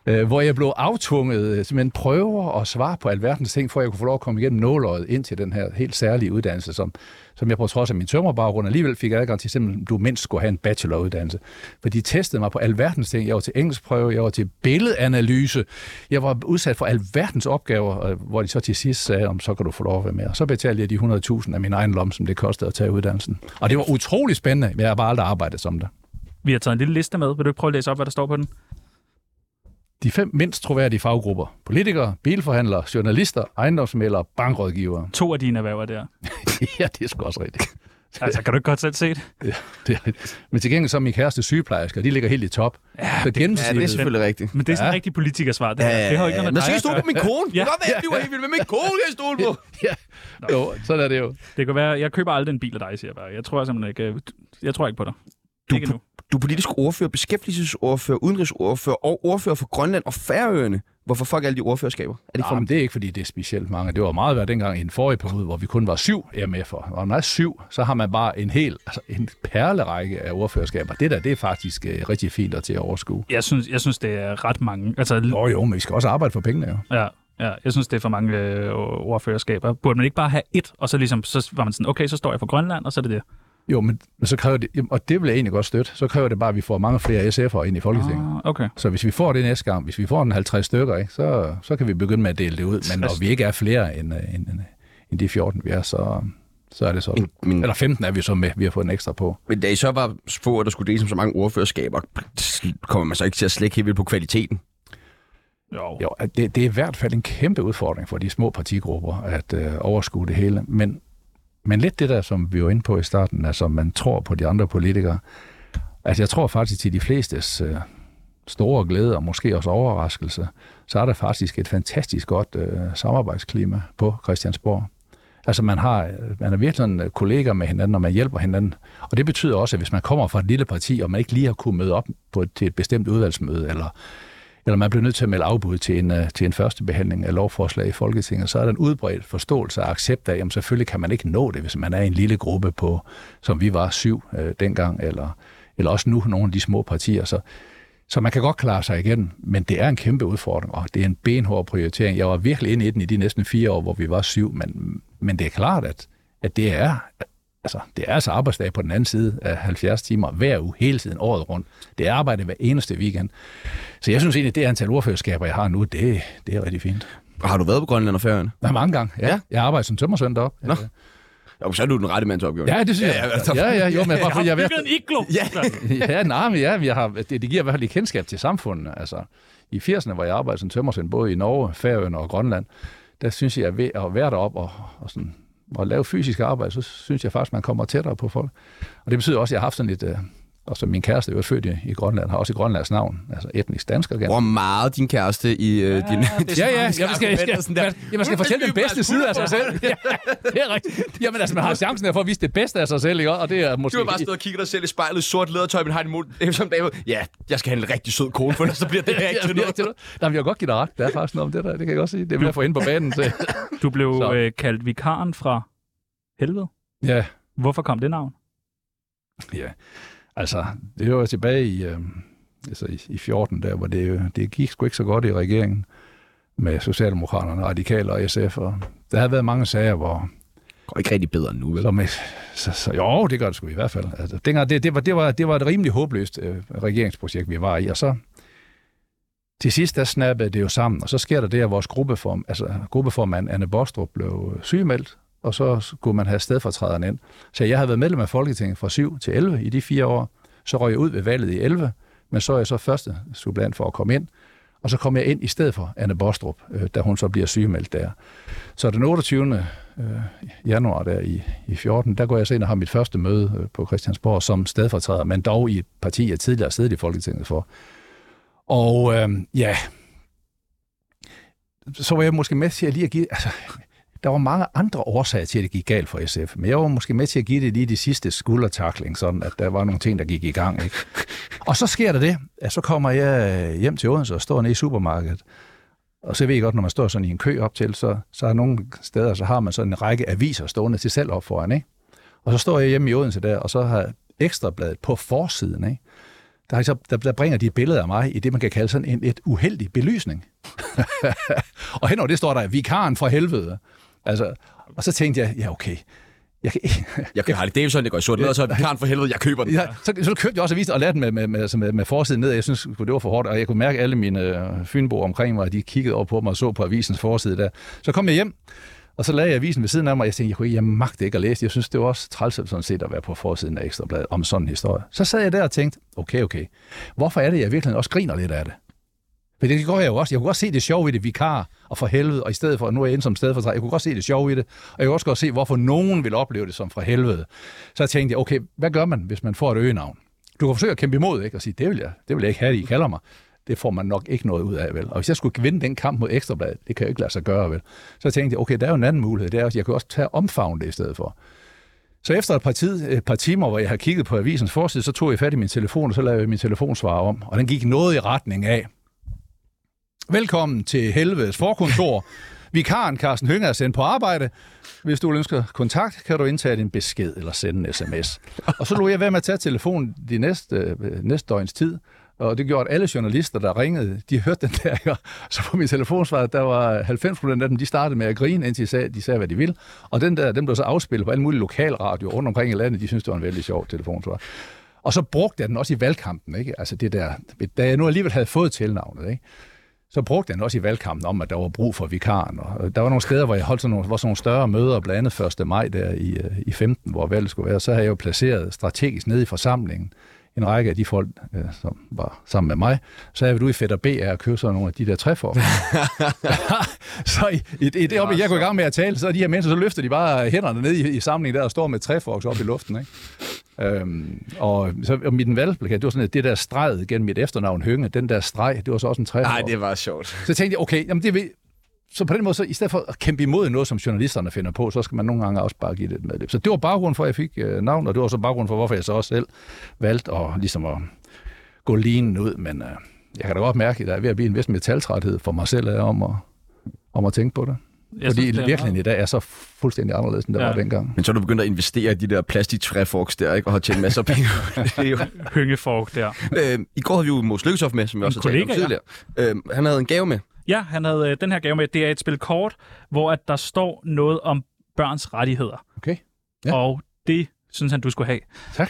Speaker 3: øh, hvor jeg blev aftunget øh, simpelthen prøver og svar på alverdens ting, for at jeg kunne få lov at komme igennem nåløjet ind til den her helt særlige uddannelse, som, som jeg på trods af min tømmerbaggrund alligevel fik adgang til, simpelthen du mindst skulle have en bacheloruddannelse. For de testede mig på alverdens ting. Jeg var til engelskprøve, jeg var til billedanalyse, jeg var udsat for alverdens opgaver, øh, hvor de så til sidst sagde, om så kan du få lov at være med. Og så betalte jeg de 100.000 af min egen lomme, som det kostede at tage uddannelsen. Og det var utrolig spændende, men jeg har bare aldrig arbejdet som det.
Speaker 4: Vi har taget en lille liste med. Vil du ikke prøve at læse op, hvad der står på den?
Speaker 3: de fem mindst troværdige faggrupper. Politikere, bilforhandlere, journalister, ejendomsmælere, bankrådgivere.
Speaker 4: To af dine erhverv er der.
Speaker 3: ja, det er sgu også rigtigt.
Speaker 4: Altså, kan du ikke godt selv se det?
Speaker 3: Det er, men til gengæld så er min kæreste sygeplejersker, de ligger helt i top. Ja, så
Speaker 1: Ja, det er
Speaker 3: gennemsnittet,
Speaker 1: selvfølgelig rigtigt.
Speaker 4: Men det er sådan ja. rigtig politikersvar. Det, ja, det har jo ikke
Speaker 1: Men
Speaker 4: noget med
Speaker 1: så kan
Speaker 4: dig. at
Speaker 1: jeg stole
Speaker 4: gøre.
Speaker 1: på min kone. Det
Speaker 4: Ja.
Speaker 1: kan godt være, jeg bliver helt vild med min kone, kan jeg stole på.
Speaker 3: ja, jo, sådan er det jo.
Speaker 4: Det kan være, jeg køber aldrig en bil af dig, siger jeg bare. Jeg tror simpelthen ikke, øh, jeg tror ikke på dig.
Speaker 1: Du,
Speaker 4: ikke nu.
Speaker 1: du er politisk ordfører, beskæftigelsesordfører, udenrigsordfører og ordfører for Grønland og Færøerne. Hvorfor fuck alle de ordførerskaber? Er det ikke for
Speaker 3: Nå, men det er ikke, fordi det er specielt mange. Det var meget værd dengang i den forrige periode, hvor vi kun var syv MF'er. Og når man er syv, så har man bare en hel altså en perlerække af ordførerskaber. Det der, det er faktisk uh, rigtig fint og til at overskue.
Speaker 4: Jeg synes, jeg synes, det er ret mange. Altså,
Speaker 3: Nå jo, men vi skal også arbejde for pengene jo.
Speaker 4: ja, ja, jeg synes, det er for mange øh, ordførerskaber. Burde man ikke bare have et, og så, ligesom, så var man sådan, okay, så står jeg for Grønland, og så er det det.
Speaker 3: Jo, men, men så kræver det, jamen, og det vil jeg egentlig godt støtte, så kræver det bare, at vi får mange flere SF'er ind i Folketinget.
Speaker 4: Ah, okay.
Speaker 3: Så hvis vi får det næste gang, hvis vi får en 50 stykker, ikke, så, så kan vi begynde med at dele det ud. Men når vi ikke er flere end, øh, end, end, end de 14, vi er, så, så er det sådan.
Speaker 1: men-
Speaker 3: Eller 15 er vi så med, vi har fået en ekstra på.
Speaker 1: Men da I så var få, at der skulle deles som så mange ordførerskaber, kommer man så ikke til at slække helt vildt på kvaliteten?
Speaker 4: Jo.
Speaker 3: Jo, at det, det er i hvert fald en kæmpe udfordring for de små partigrupper at øh, overskue det hele. Men, men lidt det der, som vi var inde på i starten, altså man tror på de andre politikere. Altså jeg tror faktisk til de flestes øh, store glæde og måske også overraskelse, så er der faktisk et fantastisk godt øh, samarbejdsklima på Christiansborg. Altså man, har, man er virkelig en kolleger med hinanden, og man hjælper hinanden. Og det betyder også, at hvis man kommer fra et lille parti, og man ikke lige har kunnet møde op på et, til et bestemt udvalgsmøde, eller eller man bliver nødt til at melde afbud til en, øh, til en første behandling af lovforslag i Folketinget, så er der en udbredt forståelse og accept af, at selvfølgelig kan man ikke nå det, hvis man er i en lille gruppe på, som vi var syv øh, dengang, eller, eller også nu nogle af de små partier. Så, så man kan godt klare sig igen, men det er en kæmpe udfordring, og det er en benhård prioritering. Jeg var virkelig inde i den i de næsten fire år, hvor vi var syv, men, men det er klart, at, at det er altså, det er altså arbejdsdag på den anden side af 70 timer hver uge, hele tiden, året rundt. Det er arbejde hver eneste weekend. Så jeg synes egentlig, at det antal ordførerskaber, jeg har nu, det, det er rigtig fint.
Speaker 1: Og Har du været på Grønland og Færøerne?
Speaker 3: Der er mange gange. Ja.
Speaker 1: Ja.
Speaker 3: ja. Jeg arbejder som tømmersøn deroppe.
Speaker 1: Nå. Jo, så er du den rette mand til opgaven.
Speaker 3: Ja, det synes jeg.
Speaker 1: altså.
Speaker 3: Ja, ja, jo, men bare fordi
Speaker 4: Jeg
Speaker 3: jeg
Speaker 4: har
Speaker 3: ved...
Speaker 4: bygget en iglo!
Speaker 1: Ja.
Speaker 3: Ja, nej, men ja, vi har, det, det giver i hvert fald et kendskab til samfundet. Altså, I 80'erne, hvor jeg arbejdede som tømmersøn, både i Norge, Færøerne og Grønland, der synes jeg, at ved at være deroppe og, og, sådan, og lave fysisk arbejde, så synes jeg faktisk, man kommer tættere på folk. Og det betyder også, at jeg har haft sådan lidt... Øh, og som min kæreste jo er født i, i Grønland, har også et grønlandsk navn, altså etnisk dansker.
Speaker 1: Hvor meget din kæreste i øh, din...
Speaker 3: Ja, ja, jeg skal,
Speaker 1: skal-
Speaker 3: jeg
Speaker 1: skal-
Speaker 3: skal, jeg, man skal fortælle den bedste
Speaker 1: altså
Speaker 3: side af sig selv. Ja, det er rigtigt. Jamen altså, man har chancen her for at vise det bedste af sig selv, ikke? Og det er måske...
Speaker 1: Du har bare stået og kigget dig selv i spejlet i sort ledertøj, men har din mod som David. Ja, jeg skal have en rigtig sød kone, for ellers så bliver det her ikke til noget.
Speaker 3: Nej, men jeg vil godt give dig ret. Der er faktisk noget om det der, det kan jeg godt sige. Det vil jeg få ind på banen til.
Speaker 4: Du blev
Speaker 3: Så.
Speaker 4: øh, kaldt vikaren fra helvede.
Speaker 3: Ja,
Speaker 4: Hvorfor kom det navn?
Speaker 3: ja. Altså, det var jo tilbage i, øh, altså i, i 14, der, hvor det, øh, det gik sgu ikke så godt i regeringen med Socialdemokraterne, Radikale og SF. Og der har været mange sager, hvor,
Speaker 1: Det går ikke rigtig bedre nu, vel?
Speaker 3: Som, øh, så, så, jo, det gør det sgu i hvert fald. Altså, dengang, det, det, var, det, var, det var et rimelig håbløst øh, regeringsprojekt, vi var i, og så til sidst, der snappede det jo sammen, og så sker der det, at vores gruppeform, altså, gruppeformand Anne Bostrup blev øh, sygemeldt, og så skulle man have stedfortræderen ind. Så jeg havde været medlem af Folketinget fra 7 til 11 i de fire år, så røg jeg ud ved valget i 11, men så er jeg så første supplant for at komme ind, og så kom jeg ind i stedet for Anne Bostrup, øh, da hun så bliver sygemeldt der. Så den 28. øh, januar der i, i 14, der går jeg så ind og har mit første møde øh, på Christiansborg som stedfortræder, men dog i et parti, jeg tidligere har siddet i Folketinget for. Og øh, ja, så var jeg måske med til at lige at give... Altså, der var mange andre årsager til, at det gik galt for SF, men jeg var måske med til at give det lige de sidste skuldertakling, sådan at der var nogle ting, der gik i gang. Ikke? Og så sker der det, at så kommer jeg øh, hjem til Odense og står nede i supermarkedet, og så ved I godt, når man står sådan i en kø op til, så, så er nogle steder, så har man sådan en række aviser stående til selv op foran, ikke? Og så står jeg hjemme i Odense der, og så har Ekstrabladet på forsiden, ikke? Der, har de så, der, der bringer de et billede af mig i det, man kan kalde sådan en et uheldig belysning. og henover det står der, vikaren fra helvede. Altså, og så tænkte jeg, ja okay, jeg kan,
Speaker 1: Jeg køber Harley Davidson, det går i sort ledertøj. Karen for helvede, jeg køber den.
Speaker 3: Ja, så, så købte jeg også avisen og lærte den med, med, med, altså med, med forsiden ned. Jeg synes, sgu, det var for hårdt, og jeg kunne mærke, at alle mine øh, fynboer omkring mig, de kiggede over på mig og så på avisens forside der. Så kom jeg hjem, og så lagde jeg avisen ved siden af mig, og jeg tænkte, jeg, kunne ikke, jeg magte ikke at læse. det. Jeg synes, det var også træls sådan set at være på forsiden af Ekstrabladet om sådan en historie. Så sad jeg der og tænkte, okay, okay, hvorfor er det, jeg virkelig også griner lidt af det? Men det går jeg jo også. Jeg kunne godt se det sjove i det vikar, og for helvede, og i stedet for, nu er jeg inde som stedfortræder, jeg kunne godt se det sjove i det, og jeg kunne også godt se, hvorfor nogen vil opleve det som fra helvede. Så jeg tænkte, okay, hvad gør man, hvis man får et øgenavn? Du kan forsøge at kæmpe imod, ikke? Og sige, det vil jeg, det vil jeg ikke have, at I kalder mig. Det får man nok ikke noget ud af, vel? Og hvis jeg skulle vinde den kamp mod Ekstrabladet, det kan jeg jo ikke lade sig gøre, vel? Så jeg tænkte jeg, okay, der er jo en anden mulighed. Det er, også, jeg kan jo også tage og omfavne det i stedet for. Så efter et par, tid, et par timer, hvor jeg har kigget på avisens forside, så tog jeg fat i min telefon, og så lavede jeg min telefonsvarer om. Og den gik noget i retning af, velkommen til Helvedes forkontor. Vikaren Carsten Hønger er sendt på arbejde. Hvis du ønsker kontakt, kan du indtage din besked eller sende en sms. Og så lå jeg være med at tage telefonen de næste, øh, næste døgns tid, og det gjorde, at alle journalister, der ringede, de hørte den der. ikke? Så på min telefonsvar, der var 90 procent af dem, de startede med at grine, indtil de sagde, de sagde hvad de ville. Og den der, den blev så afspillet på alle mulige lokalradioer rundt omkring i landet. De synes det var en vældig sjov telefonsvar. Og så brugte jeg den også i valgkampen, ikke? Altså det der, da jeg nu alligevel havde fået tilnavnet, ikke? så brugte jeg den også i valgkampen om, at der var brug for vikaren. Og der var nogle steder, hvor jeg holdt sådan nogle, hvor sådan nogle større møder, blandt andet 1. maj der i, øh, i 15, hvor valget skulle være. Så havde jeg jo placeret strategisk nede i forsamlingen en række af de folk, øh, som var sammen med mig. Så havde jeg været ude i Fætter BR og købe sådan nogle af de der træformer. så i, i, i det, oppe, jeg går i gang med at tale, så er de her mennesker, så løfter de bare hænderne ned i, i samlingen der og står med træforks op i luften. Ikke? Øhm, og, så, og mit valgplakat, det var sådan, at det der streg gennem mit efternavn Hønge, den der streg, det var så også en træfork.
Speaker 1: Nej, det var sjovt.
Speaker 3: Så tænkte jeg, okay, jamen det vil... Så på den måde, så i stedet for at kæmpe imod noget, som journalisterne finder på, så skal man nogle gange også bare give det et medlem. Så det var baggrunden for, at jeg fik øh, navn, og det var så baggrunden for, hvorfor jeg så også selv valgte at, ligesom at gå linen ud. Men øh, jeg kan da godt mærke, at der er ved at blive en vis metaltræthed for mig selv af om at, om at tænke på det.
Speaker 4: Jeg
Speaker 3: Fordi
Speaker 4: synes, det er
Speaker 3: virkeligheden i dag er så fuldstændig anderledes, end der
Speaker 4: Ja.
Speaker 3: ja. var dengang.
Speaker 1: Men så er du begyndt at investere i de der plastiktræforks der, ikke? Og har tjent masser af penge. det er jo...
Speaker 4: meget Hyngefork der.
Speaker 1: øhm, I går havde vi jo Mås Lykketoft med, som vi også har talt om
Speaker 4: kollega, ja.
Speaker 1: tidligere. Øhm, han havde en gave med.
Speaker 4: Ja, han havde øh, den her gave med. Det er et spil kort, hvor at der står noget om børns rettigheder.
Speaker 3: Okay?
Speaker 4: Ja.
Speaker 3: Ja.
Speaker 4: Og det synes han, du skulle have.
Speaker 3: Tak.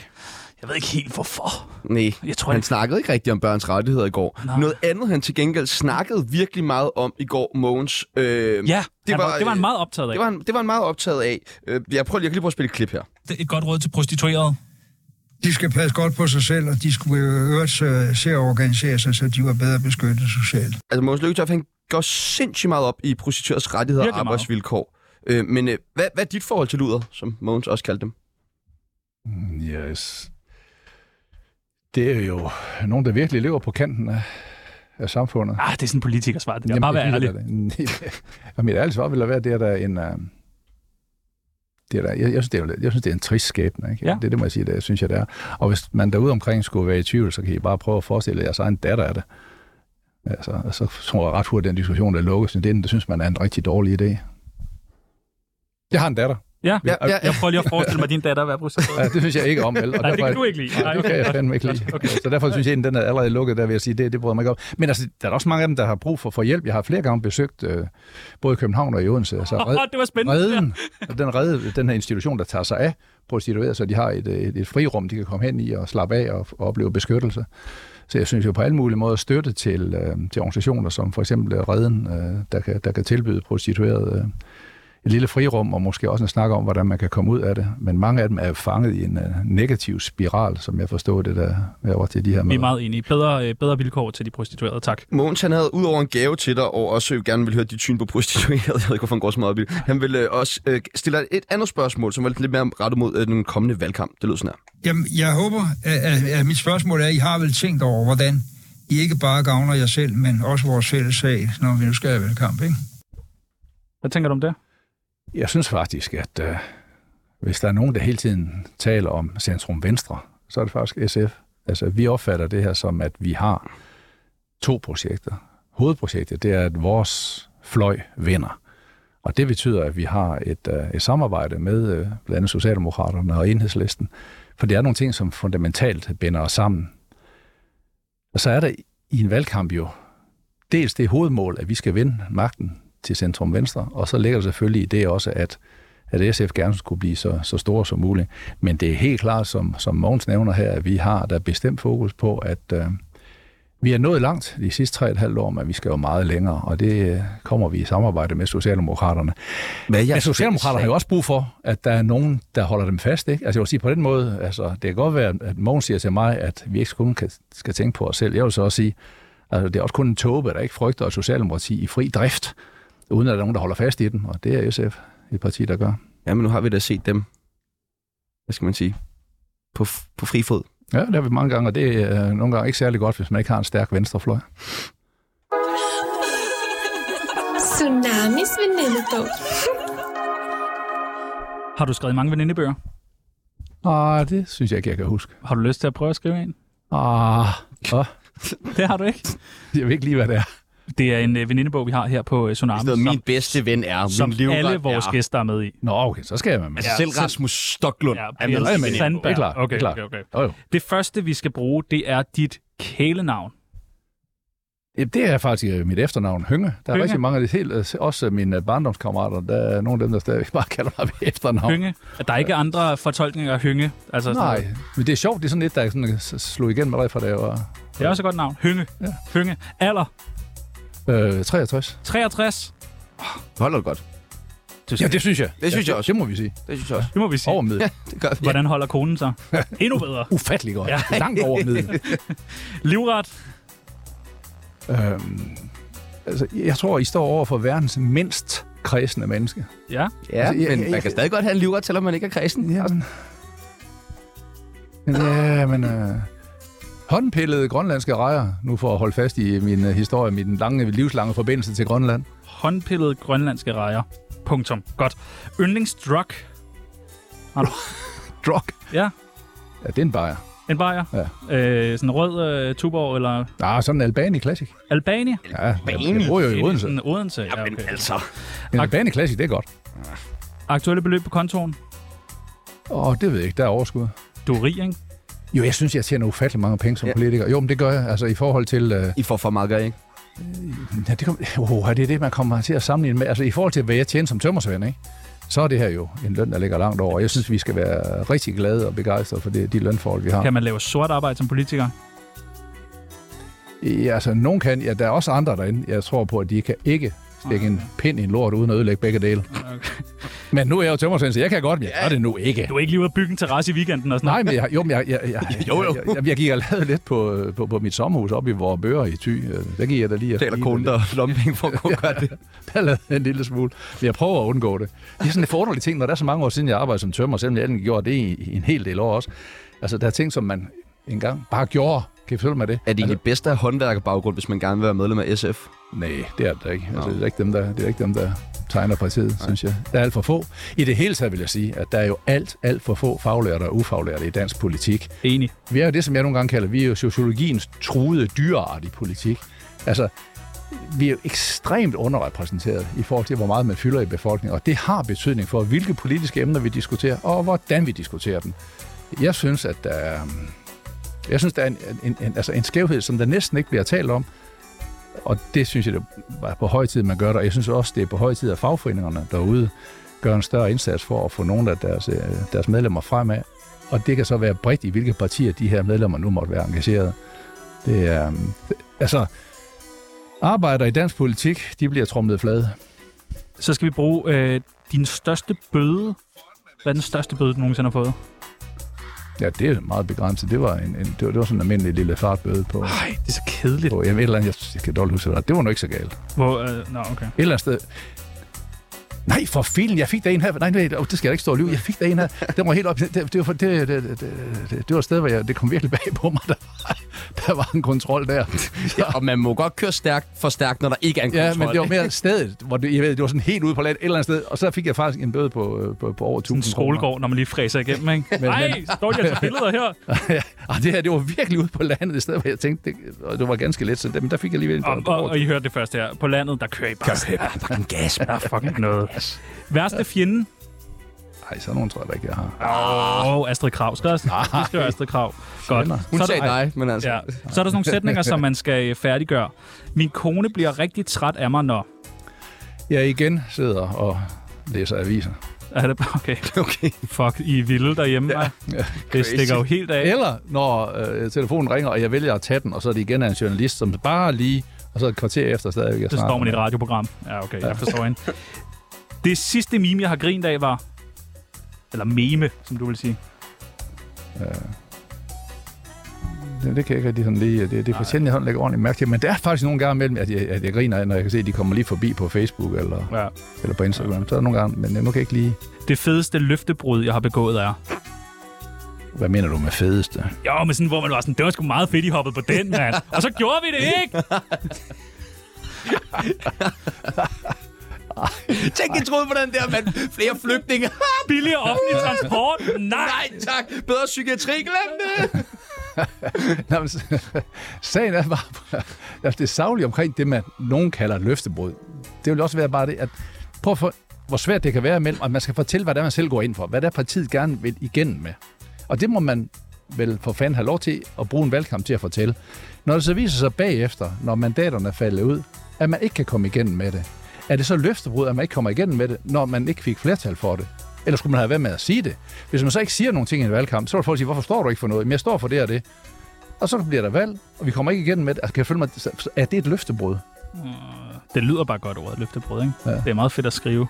Speaker 4: Jeg ved ikke helt hvorfor.
Speaker 1: Nej,
Speaker 4: Jeg tror,
Speaker 1: han
Speaker 4: det-
Speaker 1: snakkede ikke rigtigt om børns rettigheder i går.
Speaker 4: Nej.
Speaker 1: Nej. Noget andet, han til gengæld snakkede virkelig meget om i går, Mogens. Øh, det,
Speaker 4: Ja, det, han var, var, det var
Speaker 3: øh,
Speaker 4: han meget optaget af.
Speaker 1: det, var han, det var han meget optaget af. Øh, jeg, prøver lige, jeg kan lige prøve at spille et klip her.
Speaker 4: et godt råd til prostituerede.
Speaker 8: De skal passe godt på sig selv, og de skulle i øvrigt øh, se at organisere sig, så de var bedre beskyttet socialt.
Speaker 1: Altså, Mogens Lykketoft, han går sindssygt meget op i prostituørers rettigheder og
Speaker 4: Virkelig meget.
Speaker 1: arbejdsvilkår. Øh, men øh, hvad, hvad er dit forhold til luder, som Mogens også kaldte dem?
Speaker 3: Yes. Det er jo nogen, der virkelig lever på kanten af, af samfundet.
Speaker 4: Ah, det er sådan en politikersvar. Det der. bare være
Speaker 3: det
Speaker 4: ærlig.
Speaker 3: synes jeg da. og mit ærlige svar vil da være, det er da en... Uh, det er da, jeg, jeg, synes, det er, jo lidt- jeg synes, det er en trist skæbne. Ikke?
Speaker 4: Ja.
Speaker 3: Det, det må jeg sige, det synes jeg, det er. Og hvis man derude omkring skulle være i tvivl, så kan I bare prøve at forestille jer, så er en datter af det. Altså, og så tror jeg ret hurtigt, at den diskussion, der lukkes, det, er den, det synes man er en rigtig dårlig idé. Jeg har en datter.
Speaker 4: Ja.
Speaker 1: Ja, ja, ja.
Speaker 4: Jeg prøver lige at forestille mig din datter være
Speaker 3: Ja,
Speaker 4: prostitueret.
Speaker 3: det synes jeg ikke om, vel? Og
Speaker 4: Nej, det
Speaker 3: derfor-
Speaker 4: kan du ikke lide.
Speaker 3: Nej, det kan jeg fandme ikke lide. Okay. Så derfor synes jeg, at den er allerede lukket, der vil jeg sige, det, det bryder jeg mig ikke om. Men altså, der er også mange af dem, der har brug for, for hjælp. Jeg har flere gange besøgt øh, både i København og i Odense. Altså, red,
Speaker 4: Åh, det var spændende.
Speaker 3: Redden, den, redde, den her institution, der tager sig af prostituerede, så de har et, øh, et, et frirum, de kan komme hen i og slappe af og, og opleve beskyttelse. Så jeg synes jo på alle mulige måder støtte til, øh, til organisationer som for eksempel Redden, øh, der, kan, der kan tilbyde prostituerede øh, et lille frirum, og måske også en snak om, hvordan man kan komme ud af det. Men mange af dem er jo fanget i en øh, negativ spiral, som jeg forstod det, der jeg var til de her
Speaker 4: Vi er
Speaker 3: møder.
Speaker 4: meget enige. Bedre, øh, bedre vilkår til de prostituerede. Tak.
Speaker 1: Mogens, han havde udover en gave til dig, og også gerne ville høre dit syn på prostituerede, jeg ved ikke, hvorfor han går så meget op i det. Han ville øh, også øh, stille dig et andet spørgsmål, som var lidt mere rettet mod øh, den kommende valgkamp. Det lød sådan her.
Speaker 8: Jamen, jeg håber, at, at, at mit spørgsmål er, at I har vel tænkt over, hvordan I ikke bare gavner jer selv, men også vores fælles sag, når vi nu skal have valgkamp, ikke?
Speaker 4: Hvad tænker du om det?
Speaker 3: Jeg synes faktisk, at øh, hvis der er nogen, der hele tiden taler om centrum venstre, så er det faktisk SF. Altså, vi opfatter det her som, at vi har to projekter. Hovedprojektet, det er, at vores fløj vinder. Og det betyder, at vi har et, øh, et samarbejde med øh, blandt andet Socialdemokraterne og Enhedslisten. For det er nogle ting, som fundamentalt binder os sammen. Og så er der i en valgkamp jo dels det hovedmål, at vi skal vinde magten til centrum venstre, og så ligger der selvfølgelig i det også, at, at SF gerne skulle blive så, så store som muligt. Men det er helt klart, som, som Mogens nævner her, at vi har der bestemt fokus på, at øh, vi er nået langt de sidste tre et halvt år, men vi skal jo meget længere, og det øh, kommer vi i samarbejde med Socialdemokraterne.
Speaker 1: Hvad er
Speaker 3: Men
Speaker 1: jeres
Speaker 3: Socialdemokraterne har
Speaker 1: fælles
Speaker 3: jo også brug for, at der er nogen, der holder dem fast. Ikke? Altså jeg vil sige på den måde, altså, det kan godt være, at Mogens siger til mig, at vi ikke kun kan, skal tænke på os selv. Jeg vil så også sige, Altså, det er også kun en tåbe, der ikke frygter et socialdemokrati i fri drift, uden at der er nogen, der holder fast i den, og det er SF et parti, der gør.
Speaker 1: Jamen, nu har vi da set dem, hvad skal man sige, på, f- på fri fod.
Speaker 3: Ja, det har vi mange gange, og det er øh, nogle gange ikke særlig godt, hvis man ikke har en stærk venstrefløj.
Speaker 9: Tsunamis venindebog.
Speaker 4: Har du skrevet mange venindebøger?
Speaker 3: Ah, det synes jeg ikke, jeg kan huske.
Speaker 4: Har du lyst til at prøve at skrive en?
Speaker 3: Ah, ah,
Speaker 4: Det har du ikke.
Speaker 3: jeg ved ikke lige, hvad det er.
Speaker 4: Det er en øh, venindebog, vi har her på øh, Tsunami,
Speaker 1: Det er
Speaker 4: som,
Speaker 1: min bedste ven er,
Speaker 4: som
Speaker 1: min livret
Speaker 4: alle vores
Speaker 1: er.
Speaker 4: gæster er med i.
Speaker 3: Nå, okay, så skal jeg være med.
Speaker 1: Altså, selv Rasmus Stoklund
Speaker 4: Ja,
Speaker 1: er med.
Speaker 4: Niels
Speaker 1: i den her
Speaker 4: Sandberg.
Speaker 1: bog.
Speaker 3: Det er klart,
Speaker 4: Okay,
Speaker 3: det er klart.
Speaker 4: okay, okay.
Speaker 3: Jo, jo.
Speaker 4: Det første, vi skal bruge, det er dit kælenavn.
Speaker 3: Jamen, det er faktisk øh, mit efternavn, Hønge. Der er
Speaker 4: Hønge?
Speaker 3: rigtig mange af det helt, øh, også mine øh, barndomskammerater, der er nogle af dem, der stadigvæk bare kalder mig ved efternavn.
Speaker 4: Hynge. At der er ikke er andre fortolkninger af hynge. Altså, sådan-
Speaker 3: Nej, men det er sjovt, det er sådan et, der sådan, øh, s- slog igennem allerede fra da jeg var
Speaker 4: Det er også et godt navn. Hynge. Ja. Hynge. Alder.
Speaker 3: øh, 63.
Speaker 4: 63.
Speaker 1: Holder du godt.
Speaker 3: Ja, det synes jeg.
Speaker 1: Det synes
Speaker 3: ja,
Speaker 1: jeg også.
Speaker 3: Det må vi sige.
Speaker 1: Det synes jeg også.
Speaker 4: Det må vi sige.
Speaker 3: Over middel.
Speaker 1: Det gør vi.
Speaker 4: Hvordan holder konen sig? Endnu bedre.
Speaker 3: Ufattelig godt.
Speaker 4: Ja.
Speaker 3: Ja. Langt over middel.
Speaker 4: Livret.
Speaker 3: øhm, altså, jeg tror, I står over for verdens mindst kredsende menneske.
Speaker 4: Ja.
Speaker 1: Ja,
Speaker 3: Altså, jeg-
Speaker 1: men
Speaker 3: jeg-
Speaker 1: man kan stadig godt have en livret, selvom man ikke er kredsen.
Speaker 3: Jamen. Men, ja, men øh, håndpillede grønlandske rejer, nu for at holde fast i min øh, historie, min lange, livslange forbindelse til Grønland.
Speaker 4: Håndpillede grønlandske rejer. Punktum. Godt. Yndlingsdrug. Ah,
Speaker 3: Drog.
Speaker 4: Ja.
Speaker 3: Ja, det er en bajer.
Speaker 4: En bajer. Ja. Øh, sådan en rød øh, tuborg eller
Speaker 3: Ah, sådan en Albani Classic.
Speaker 4: Albania.
Speaker 3: Ja, Albani? Jeg bor jo i Odense.
Speaker 4: En Odense. Ja,
Speaker 1: Jamen
Speaker 4: okay.
Speaker 1: altså.
Speaker 3: En Albani Classic, det er godt.
Speaker 4: Aktuelle beløb på kontoen.
Speaker 3: Og det ved jeg ikke, der er overskud.
Speaker 4: Du er rig, ikke?
Speaker 3: Jo, jeg synes, jeg tjener ufattelig mange penge som
Speaker 1: Ja.
Speaker 3: ja. politiker. Jo, men det gør jeg. Altså i forhold til... Øh,
Speaker 1: I får for meget, gør I ikke?
Speaker 3: ja, det, kom, oh, det er det, man kommer til at sammenligne med. Altså i forhold til, hvad jeg tjener som tømmersvend, ikke? så er det her jo en løn, der ligger langt over. Jeg synes, vi skal være rigtig glade og begejstrede for det, de lønforhold, vi har.
Speaker 4: Kan man lave sort arbejde som politiker?
Speaker 3: Ja, altså, nogen kan. Ja, der er også andre derinde. Jeg tror på, at de kan ikke stikke en pind i en lort, uden at ødelægge begge dele.
Speaker 4: Okay.
Speaker 3: Men nu er jeg jo tømmersvend, så jeg kan godt, men jeg gør det nu ikke.
Speaker 4: Du er ikke lige ude at bygge en terrasse i weekenden og sådan
Speaker 3: Nej, men jeg, jo, men jeg, jeg, jeg,
Speaker 1: Jo, jo.
Speaker 3: jeg, jeg, jeg gik og lavede lidt på, øh, på, på mit sommerhus oppe i Vorbøre i Thy. Øh, Der gik jeg da lige... og
Speaker 1: Det er
Speaker 3: flinede
Speaker 1: konen, der lommepenge for at kunne gøre det.
Speaker 3: der lavede jeg en lille smule. Men jeg prøver at undgå det. Det er sådan en forunderlig ting, når der er så mange år siden, jeg arbejdede som tømmer, selvom jeg egentlig gjorde det i, i en hel del år også. Altså, der er ting, som man engang bare gjorde. Kan I følge mig det? Altså,
Speaker 1: Er det egentlig bedst at have håndværkerbaggrund, hvis man gerne vil være medlem af SF?
Speaker 3: Nej, det er det da ikke. Altså, det, er ikke dem, der, det er ikke dem, der tegner partiet, Nej. synes jeg. Der er alt for få. I det hele taget vil jeg sige, at der er jo alt, alt for få faglærte og ufaglærte i dansk politik.
Speaker 4: noget. Enig.
Speaker 3: Vi er jo det, som jeg nogle gange kalder, vi er jo sociologiens truede dyreart i politik. Altså, vi er jo ekstremt underrepræsenteret i forhold til, hvor meget man fylder i befolkningen, og det har betydning for, hvilke politiske emner vi diskuterer, og hvordan vi diskuterer dem. Jeg synes, at der er, jeg synes, der er en, en, en, altså en skævhed, som der næsten ikke bliver talt om, og det synes jeg, det var på høj tid, man gør det, og jeg synes også, det er på høj tid, at fagforeningerne derude gør en større indsats for at få nogle af deres, øh, deres medlemmer fremad, og det kan så være bredt i, hvilke partier de her medlemmer nu måtte være engageret. Det er, øhm, det- altså, arbejdere i dansk politik, de bliver trumlet flade.
Speaker 4: Så skal vi bruge øh, din største bøde. Hvad er den største bøde, du nogensinde har fået?
Speaker 3: Ja, det er meget begrænset. Det var, en, en, det var, det var sådan en almindelig lille fartbøde på,
Speaker 4: Nej, det er så kedeligt.
Speaker 3: på jamen, et eller andet, jeg, jeg kan dårligt huske, hvad det var. det var nu ikke så galt. Et
Speaker 4: Hvor, øh, nå, okay.
Speaker 3: eller andet sted, Nej, for filen, jeg fik der en her. Nej, nej, det skal jeg da ikke stå og lyve. Jeg fik der en her. Den var helt op. Det, det, var, for- det, det, det, det, det var et sted, hvor jeg, det kom virkelig bag på mig. Der var, der var en kontrol der. Jeg
Speaker 1: Og man må godt køre stærkt for stærkt, når der ikke er en
Speaker 3: Ja,
Speaker 1: kontrol.
Speaker 3: men det var mere stedet, hvor det, jeg ved, det var sådan helt ude på landet et eller andet sted, og så fik jeg faktisk en bøde på, øh, på, på over 1000
Speaker 4: En
Speaker 3: kroner.
Speaker 4: skolegård, når man lige fræser igennem, ikke?
Speaker 3: Men-
Speaker 4: Nej,
Speaker 3: men-
Speaker 4: står de altså billeder her?
Speaker 3: og det her, det var virkelig ude på landet et sted, hvor jeg tænkte, det, og det var ganske let, så det, men der fik jeg alligevel en bøde
Speaker 4: Og,
Speaker 3: på
Speaker 4: og,
Speaker 3: over
Speaker 4: og I hørte det første her. På landet, der kører I bare.
Speaker 1: bare en gas.
Speaker 4: Der er fucking noget. Værste fjende?
Speaker 3: 1000. Ej, sådan nogen tror jeg da ikke, jeg har.
Speaker 4: Åh, oh, Astrid Krav. Skal også? Vi skal Astrid Krav. Godt.
Speaker 3: Fjender.
Speaker 1: Hun
Speaker 4: Så er
Speaker 1: sagde
Speaker 4: der-
Speaker 1: dig, men altså...
Speaker 4: Ja. Så er der sådan nogle sætninger, som man skal øh, færdiggøre. Min kone bliver rigtig træt af mig, når...
Speaker 3: Jeg igen sidder og læser aviser.
Speaker 4: Er det okay?
Speaker 1: Okay.
Speaker 4: Fuck, I er vilde derhjemme, ja. Det stikker jo helt af.
Speaker 3: Eller når øh, telefonen ringer, og jeg vælger at tage den, og så er det igen en journalist, som bare lige, og så et kvarter efter stadigvæk, jeg
Speaker 4: Så
Speaker 3: snakker
Speaker 4: står man i
Speaker 3: med.
Speaker 4: et radioprogram. Ja, okay, jeg forstår hende. Det sidste meme, jeg har grint af, var... Eller meme, som du vil sige.
Speaker 3: det, det kan jeg ikke rigtig sådan lige... Det, det er for sjældent, jeg sådan lægger ordentligt mærke til. Men det er faktisk nogle gange imellem, at jeg, at jeg griner, når jeg kan se, at de kommer lige forbi på Facebook eller,
Speaker 4: Ja.
Speaker 3: eller på Instagram. Så er der nogle gange, men øh, nu kan jeg ikke lige...
Speaker 4: Det fedeste løftebrud, jeg har begået, er...
Speaker 3: Hvad mener du med fedeste?
Speaker 4: Jo, men sådan, hvor man var sådan, det var sgu meget fedt, I hoppede på den, mand. Og så gjorde vi det, ikke?
Speaker 1: Tænk, jeg troede på den der, mand. Flere flygtninge.
Speaker 4: Billigere offentlig transport? Nej!
Speaker 1: Nej, tak. Bedre psykiatri, glem det.
Speaker 3: Nå, men, sagen er bare, altså det savlige omkring det, man nogen kalder et løftebrud, det vil også være bare det, at prøv at få, hvor svært det kan være mellem, at man skal fortælle, hvad det er, man selv går ind for, hvad det er, partiet gerne vil igen med. Og det må man vel for fanden have lov til at bruge en valgkamp til at fortælle. Når det så viser sig bagefter, når mandaterne falder ud, at man ikke kan komme igennem med det, er det så løftebrud, at man ikke kommer igennem med det, når man ikke fik flertal for det? Eller skulle man have været med at sige det? Hvis man så ikke siger nogle ting i en valgkamp, så vil folk sige, hvorfor står du ikke for noget? Men jeg står for det og det. Og så bliver der valg, og vi kommer ikke igen med det. Altså, kan jeg følge mig, så- er det et løftebrud?
Speaker 4: Det lyder bare godt ordet, løftebrød, ikke? Ja. Det er meget fedt at skrive.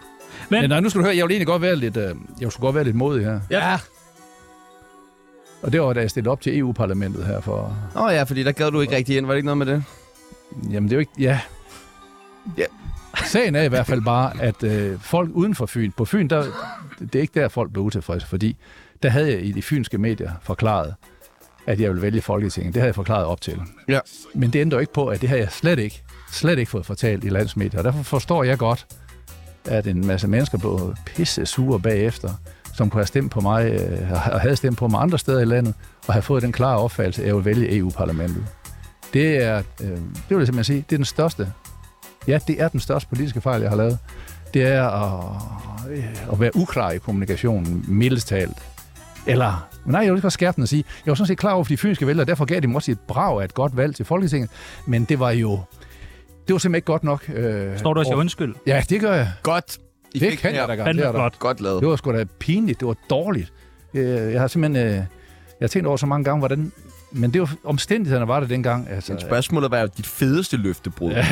Speaker 4: Men,
Speaker 3: Men
Speaker 4: Men
Speaker 3: nej, nu skal du høre, jeg ville egentlig godt være lidt, øh, jeg skulle godt være lidt modig her.
Speaker 1: Ja.
Speaker 3: Og det var, da jeg stillede op til EU-parlamentet her for...
Speaker 1: Nå ja, fordi der gad du ikke rigtig ind. Var det ikke noget med det?
Speaker 3: Jamen, det er jo ikke... Ja.
Speaker 1: Ja.
Speaker 3: Sagen er i hvert fald bare, at øh, folk uden for Fyn... På Fyn, der, det er ikke der, folk blev utilfredse, fordi der havde jeg i de fynske medier forklaret, at jeg ville vælge Folketinget. Det havde jeg forklaret op til.
Speaker 1: Ja.
Speaker 3: Men det ændrer jo ikke på, at det har jeg slet ikke, slet ikke fået fortalt i landsmedier. Og derfor forstår jeg godt, at en masse mennesker blev pisse sure bagefter, som kunne have stemt på mig, øh, og havde stemt på mig andre steder i landet, og have fået den klare opfattelse, at jeg ville vælge EU-parlamentet. Det er, øh, det vil jeg simpelthen sige, det er den største. Ja, det er den største politiske fejl, jeg har lavet. Det er at, øh, at være uklar i kommunikationen, mildest talt. Eller, nej, jeg vil ikke være skærpende at sige, jeg var sådan set klar over for de fynske vælgere, derfor gav de mig også et brag af et godt valg til Folketinget, men det var jo, det var simpelthen ikke godt nok. Øh,
Speaker 4: står du og siger
Speaker 3: over-
Speaker 4: undskyld?
Speaker 3: Ja, det gør jeg.
Speaker 1: Godt. I
Speaker 3: Det kan jeg da
Speaker 4: Fandme
Speaker 3: garantere dig.
Speaker 4: flot.
Speaker 1: Godt lavet.
Speaker 3: Det var sgu da pinligt. Det var dårligt. Øh, Jeg har simpelthen... øh, Jeg har tænkt over så mange gange, hvordan... Men det var omstændighederne, var det dengang. Altså,
Speaker 1: Men spørgsmålet var jo dit fedeste løftebrud. Ja.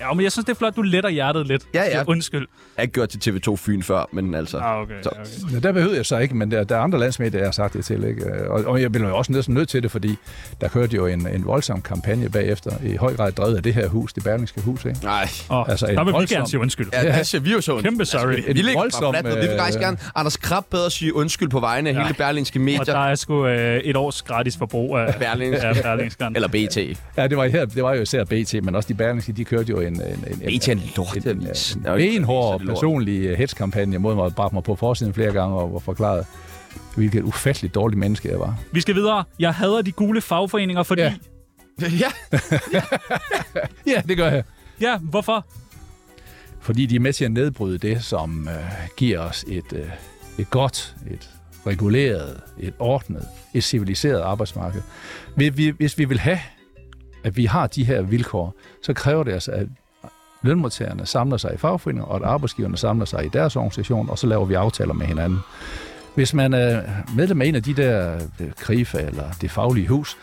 Speaker 4: Ja, men jeg synes, det er flot, du letter hjertet lidt.
Speaker 1: Ja, ja.
Speaker 4: Siger Undskyld.
Speaker 1: Jeg har ikke gjort til TV2 Fyn før, men altså...
Speaker 4: Ah, okay,
Speaker 1: Så-
Speaker 4: okay.
Speaker 3: Ja, der behøvede jeg så ikke, men der, der er andre landsmedier, jeg har sagt det til. Ikke? Øh, Og, og jeg blev jo også næsten nødt til det, fordi der kørte jo en, en voldsom kampagne bagefter, i høj grad drevet af det her hus, det berlingske hus. Ikke?
Speaker 1: Nej.
Speaker 4: Og
Speaker 3: Altså,
Speaker 4: altså,
Speaker 3: en
Speaker 4: der vil vi
Speaker 3: voldsom-
Speaker 4: gerne sige undskyld.
Speaker 1: Ja, det ser vi jo så ondt.
Speaker 4: Kæmpe sorry.
Speaker 1: vi ligger bare
Speaker 3: voldsom,
Speaker 1: fladt ned. Vi vil faktisk
Speaker 3: øh,
Speaker 1: gerne Anders Krab bedre sige undskyld på vegne af ja. hele Berlingske
Speaker 4: Og der
Speaker 1: Medier.
Speaker 4: er sgu øh, et års gratis forbrug af
Speaker 1: Berlingske.
Speaker 4: af Berlingskeren.
Speaker 1: Eller BT.
Speaker 3: Ja, det var, her, det var jo især BT, men også de berlingske, de kørte jo en... en, en
Speaker 1: BT er en øh, lorteavis.
Speaker 3: En,
Speaker 1: Der er jo
Speaker 3: en
Speaker 1: ikke aviser,
Speaker 3: benhård
Speaker 1: det er lort.
Speaker 3: personlig øh, hetskampagne mod mig, bragte mig på forsiden flere gange og, og forklarede, hvilket ufatteligt dårligt menneske jeg var.
Speaker 4: Vi skal videre. Jeg hader de gule fagforeninger, fordi... Ja,
Speaker 3: Ja.
Speaker 1: ja.
Speaker 3: Ja, det gør jeg.
Speaker 4: ja hvorfor?
Speaker 3: Fordi de er med til at nedbryde det, som øh, giver os et, øh, et godt, et reguleret, et ordnet, et civiliseret arbejdsmarked. Hvis vi, hvis vi vil have, at vi har de her vilkår, så kræver det altså, at lønmodtagerne samler sig i fagforeninger, og at arbejdsgiverne samler sig i deres organisation, og så laver vi aftaler med hinanden. Hvis man er medlem af en af de der øh, KRIFA eller det faglige hus,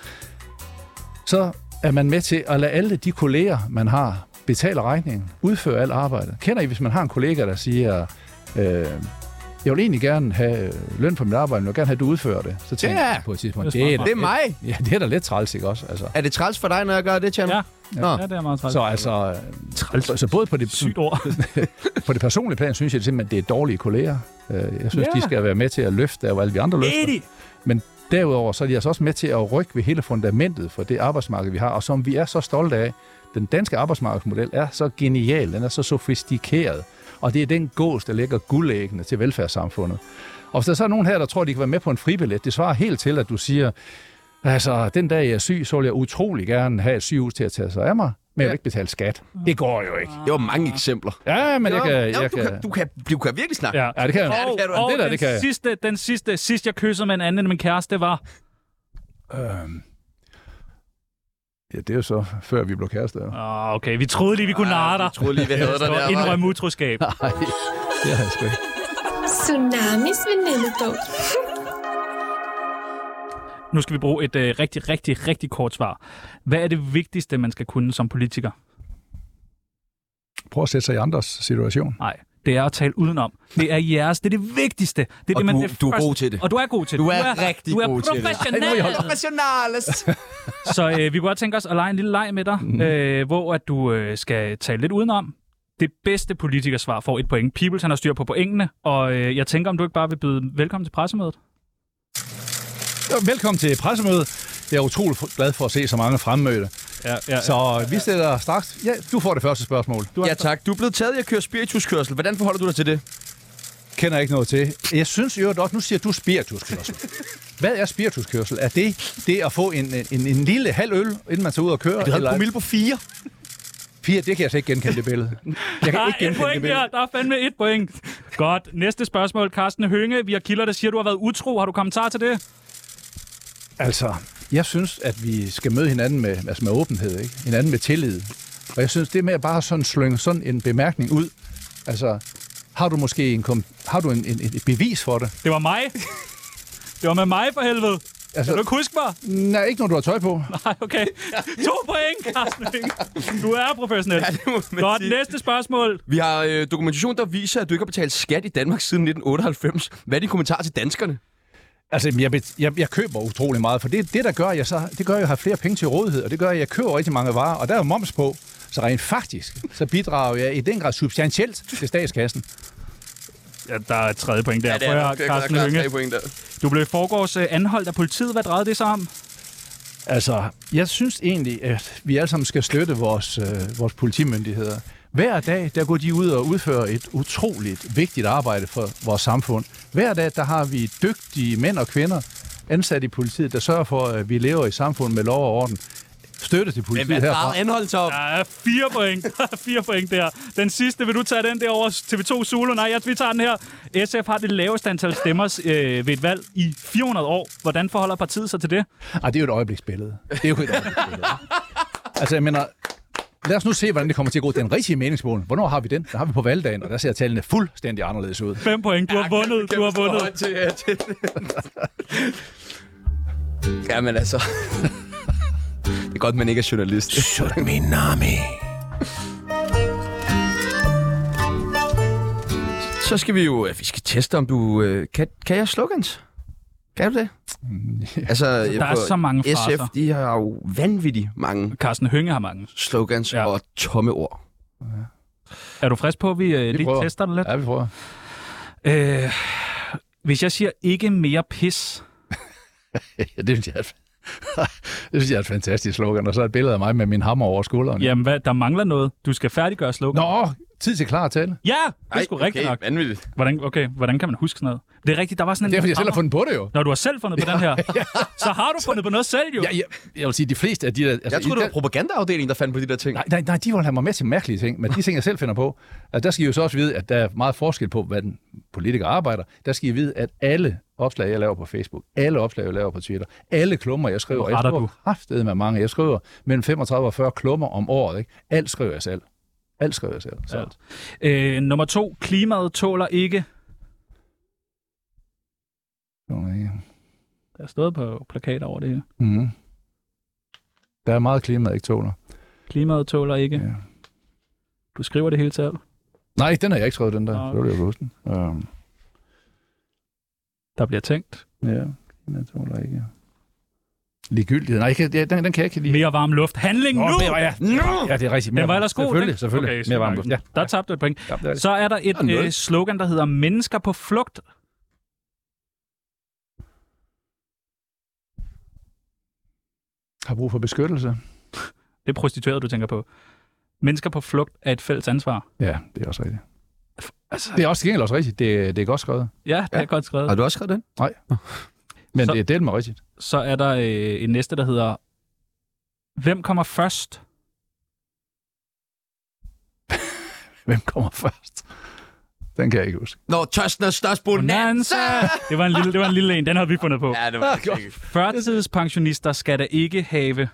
Speaker 3: så er man med til at lade alle de kolleger, man har, betale regningen, udføre alt arbejdet. Kender I, hvis man har en kollega, der siger, øh, jeg vil egentlig gerne have øh, løn for mit arbejde, men jeg vil gerne have, at du udfører det. Så tænker
Speaker 1: Ja,
Speaker 3: jeg på et tidspunkt,
Speaker 4: det er
Speaker 3: det er,
Speaker 4: smart
Speaker 1: Det
Speaker 3: da,
Speaker 1: er mig.
Speaker 3: ja, det er da lidt træls, ikke også? Altså.
Speaker 1: Er det træls for dig, når jeg gør det, Tjerno?
Speaker 4: Ja.
Speaker 1: Nå.
Speaker 4: Ja, det er meget træls.
Speaker 3: Så altså,
Speaker 4: Træls.
Speaker 3: så, så både på det,
Speaker 4: Sygt ord.
Speaker 3: på det personlige plan, synes jeg simpelthen, det er dårlige kolleger. Øh, Jeg synes,
Speaker 4: Ja.
Speaker 3: de skal være med til at løfte, der hvor alle vi andre løfter.
Speaker 4: Enig.
Speaker 3: Men derudover så er de altså også med til at rykke ved hele fundamentet for det arbejdsmarked, vi har, og som vi er så stolte af. Den danske arbejdsmarkedsmodel er så genial, den er så sofistikeret, og det er den gås, der lægger guldæggene til velfærdssamfundet. Og hvis der så er nogen her, der tror, de kan være med på en fribillet, det svarer helt til, at du siger, altså, den dag jeg er syg, så vil jeg utrolig gerne have et sygehus til at tage sig af mig, men jeg vil ikke betale skat. Det går jo ikke.
Speaker 1: Det var mange eksempler.
Speaker 3: Ja, men jeg kan...
Speaker 1: Jo,
Speaker 3: Jeg
Speaker 1: du, kan, du, kan, du kan virkelig snakke.
Speaker 4: Ja.
Speaker 3: Ja, det kan jeg.
Speaker 4: Og,
Speaker 1: kan du.
Speaker 4: og
Speaker 3: Det der,
Speaker 4: den,
Speaker 3: det kan jeg.
Speaker 4: sidste, den sidste, sidst jeg kyssede med en anden end min kæreste, var...
Speaker 3: Øhm. Ja, det er jo så, før vi blev kærester. jo.
Speaker 4: Åh, okay, vi troede lige, vi kunne narre dig.
Speaker 1: Jeg Ah, troede lige, vi havde dig
Speaker 4: Og
Speaker 1: der.
Speaker 4: indrømme utroskab.
Speaker 3: Nej, det har jeg sgu ikke.
Speaker 9: Tsunamis venindebog.
Speaker 4: Nu skal vi bruge et øh, rigtig, rigtig, rigtig kort svar. Hvad er det vigtigste, man skal kunne som politiker?
Speaker 3: Prøv at sætte sig i andres situation.
Speaker 4: Nej, det er at tale udenom. Det er jeres, det er det vigtigste. Det er
Speaker 1: Og
Speaker 4: det, man
Speaker 1: du-
Speaker 4: er
Speaker 1: du er
Speaker 4: først-
Speaker 1: god til det.
Speaker 4: Og du er god til
Speaker 1: Du
Speaker 4: det.
Speaker 1: er rigtig
Speaker 4: du er
Speaker 1: god til det.
Speaker 4: professionel.
Speaker 5: Professionales.
Speaker 4: Så øh, vi kunne godt tænke os at lege en lille leg med dig,
Speaker 1: Mhm.
Speaker 4: mm. øh, hvor at du øh, skal tale lidt udenom. Det bedste politikersvar får et point. Peoples han har styr på pointene, og øh, jeg tænker, om du ikke bare vil byde velkommen til pressemødet.
Speaker 3: Jo, Velkommen til pressemødet. Jeg er utrolig glad for at se så mange fremmødte.
Speaker 4: Ja, ja,
Speaker 3: Så øh, vi stiller straks... Ja, du får det første spørgsmål. Du
Speaker 1: Ja tak. Du er blevet taget i at køre spirituskørsel. Hvordan forholder du dig til det?
Speaker 3: kender ikke noget til. Jeg synes jo også, nu siger du spirituskørsel. Hvad er spirituskørsel? Er det det at få en, en, en lille halv øl, inden man tager ud og kører?
Speaker 1: Du havde en promille på fire.
Speaker 3: Pia, det kan jeg slet ikke genkende det billede. Jeg kan
Speaker 4: Der
Speaker 3: ikke
Speaker 4: er et
Speaker 3: genkende det
Speaker 4: point
Speaker 3: billede.
Speaker 4: der. Der er fandme et point. Godt. Næste spørgsmål. Carsten Hønge, vi har kilder, der siger, du har været utro. Har du kommentar til det?
Speaker 3: Altså, jeg synes, at vi skal møde hinanden med, altså med åbenhed, ikke? hinanden med tillid. Og jeg synes, det med at bare sådan slynge sådan en bemærkning ud, altså, har du måske en, kom- har du en, en, et bevis for det?
Speaker 4: Det var mig. Det var med mig for helvede.
Speaker 3: Altså,
Speaker 4: Kan du ikke huske mig?
Speaker 3: nej, ikke når du har tøj på.
Speaker 4: Nej, okay. To point, Carsten Hønge. Du er professionel.
Speaker 1: det må man
Speaker 4: Godt.
Speaker 1: sige.
Speaker 4: Næste spørgsmål.
Speaker 1: Vi har øh, dokumentation, der viser, at du ikke har betalt skat i Danmark siden 1998. Hvad er din kommentar til danskerne?
Speaker 3: Altså, jeg, bet- jeg, jeg køber utrolig meget, for det, det der gør, jeg så, det gør, at jeg har flere penge til rådighed, og det gør, at jeg køber rigtig mange varer, og der er jo moms på. Så rent faktisk, så bidrager jeg i den grad substantielt til statskassen.
Speaker 4: Ja, der er et tredje point der. Prøv at høre, Carsten Hønge.
Speaker 1: der.
Speaker 4: Du blev i forgårs øh, anholdt af politiet. Hvad drejede det sig om?
Speaker 3: Altså, jeg synes egentlig, at vi alle sammen skal støtte vores, øh, vores politimyndigheder. Hver dag, der går de ud og udfører et utroligt vigtigt arbejde for vores samfund. Hver dag, der har vi dygtige mænd og kvinder ansat i politiet, der sørger for, at vi lever i samfund med lov og orden. Støtte til politiet
Speaker 1: Hvad
Speaker 3: herfra.
Speaker 1: er anholdt om?
Speaker 4: Der er fire point. Der er fire point der. Den sidste, vil du tage den der over TV2 Solo? Nej, jeg, vi tager den her. SF har det laveste antal stemmer øh, ved et valg i 400 år. Hvordan forholder partiet sig til det?
Speaker 3: Ah, det er jo et øjebliksbillede. Det er jo et øjebliksbillede. altså, jeg mener, lad os nu se, hvordan det kommer til at gå. Den rigtige meningsmåling, hvornår har vi den? Den har vi på valgdagen, og der ser tallene fuldstændig anderledes ud.
Speaker 4: Fem point. Du har vundet. Du har vundet.
Speaker 1: Til, øh, til. Jamen altså. Det er godt, man ikke er journalist.
Speaker 7: Shoot me, Nami.
Speaker 1: Så skal vi jo øh, vi skal teste, om du... Øh, kan, kan jeg slogans? Kan du det? Altså,
Speaker 4: Der er så mange fraser.
Speaker 1: SF, de har jo vanvittigt mange
Speaker 4: Carsten Hønge har mange.
Speaker 1: slogans
Speaker 4: Ja.
Speaker 1: ja. og tomme ord.
Speaker 4: Er du frisk på, at vi øh, lige
Speaker 3: prøver.
Speaker 4: tester den lidt?
Speaker 3: Ja, vi prøver.
Speaker 4: Ja. Øh, hvis jeg siger ikke mere pis,
Speaker 3: Ja, det synes jeg er et, det synes jeg er et fantastisk slogan. Og så et billede af mig med min hammer over skulderen.
Speaker 4: jamen hvad, der mangler noget. Du skal færdiggøre slogan.
Speaker 3: Nå, tid til klar tale.
Speaker 4: Ja, det er sgu rigtigt nok.
Speaker 1: vanvittigt.
Speaker 4: Hvordan, okay, hvordan kan man huske sådan noget? Det er rigtigt, der var sådan en...
Speaker 3: Det er, fordi jeg selv har
Speaker 4: hammer.
Speaker 3: fundet på det jo.
Speaker 4: Når du har selv fundet på den her, så har du fundet på noget selv jo.
Speaker 3: Ja, jeg, jeg vil sige, de fleste af de der... Altså,
Speaker 1: Jeg troede,
Speaker 3: i-
Speaker 1: det var propagandaafdelingen, der fandt på de der ting.
Speaker 3: Nej, nej, nej, de vil have mig med til mærkelige ting, men de ting, jeg selv finder på, altså, der skal I jo så også vide, at der er meget forskel på, hvad den politiker arbejder. Der skal I vide, at alle opslag, jeg laver på Facebook, alle opslag, jeg laver på Twitter, alle klummer, jeg skriver,
Speaker 4: Nu
Speaker 3: og jeg
Speaker 4: retter
Speaker 3: skriver
Speaker 4: du.
Speaker 3: kraftedet med mange, jeg skriver mellem 35 og 40 klummer om året, ikke? Alt skriver jeg selv. Alt skriver jeg selv. Så.
Speaker 4: Ja. Øh, nummer to, klimaet tåler ikke. Der er stået på plakater over det her.
Speaker 3: Mm. Der er meget klima, ikke tåler.
Speaker 4: Klimaet tåler ikke.
Speaker 3: Ja.
Speaker 4: Du skriver det hele selv.
Speaker 3: Nej, den har jeg ikke skrevet, den der.
Speaker 4: Nå.
Speaker 3: Så vil jeg jo huske den. Øhm,
Speaker 4: Der bliver tænkt.
Speaker 3: ja, klima tåler ikke. Ligegyldighed. Nej, jeg kan- ja, den, den kan jeg ikke lide.
Speaker 4: Mere varm luft. Handling
Speaker 3: Nå,
Speaker 4: nu!
Speaker 3: mere- ja,
Speaker 1: No!
Speaker 3: Ja, det er rigtigt.
Speaker 4: Den var ellers god,
Speaker 3: Selvfølgelig,
Speaker 4: ikke?
Speaker 3: selvfølgelig.
Speaker 4: Okay,
Speaker 3: Mere
Speaker 4: super.
Speaker 3: varm luft. Ja.
Speaker 4: Der tabte du et point.
Speaker 3: Ja, det er det.
Speaker 4: Så er der et
Speaker 1: Der er nul.
Speaker 4: øh, slogan, der hedder Mennesker på flugt.
Speaker 3: Har brug for beskyttelse.
Speaker 4: Det er prostitueret, du tænker på. Mennesker på flugt er et fælles ansvar.
Speaker 3: Ja, det er også rigtigt.
Speaker 4: Altså,
Speaker 3: Det er også til gengæld også rigtigt. Det, det er godt skrevet.
Speaker 4: ja, det er godt skrevet.
Speaker 1: Har du også skrevet den?
Speaker 3: Men
Speaker 4: Så-
Speaker 3: det er delt med rigtigt.
Speaker 4: Så er der øh, en næste, der hedder Hvem kommer først?
Speaker 3: Hvem kommer først? Den kan jeg ikke huske.
Speaker 1: Nå, tørsten er størst bonanza!
Speaker 4: Det var en lille, det var en lille en. Den havde vi fundet på.
Speaker 1: Ja, det var godt.
Speaker 4: Førtidspensionister skal da ikke have...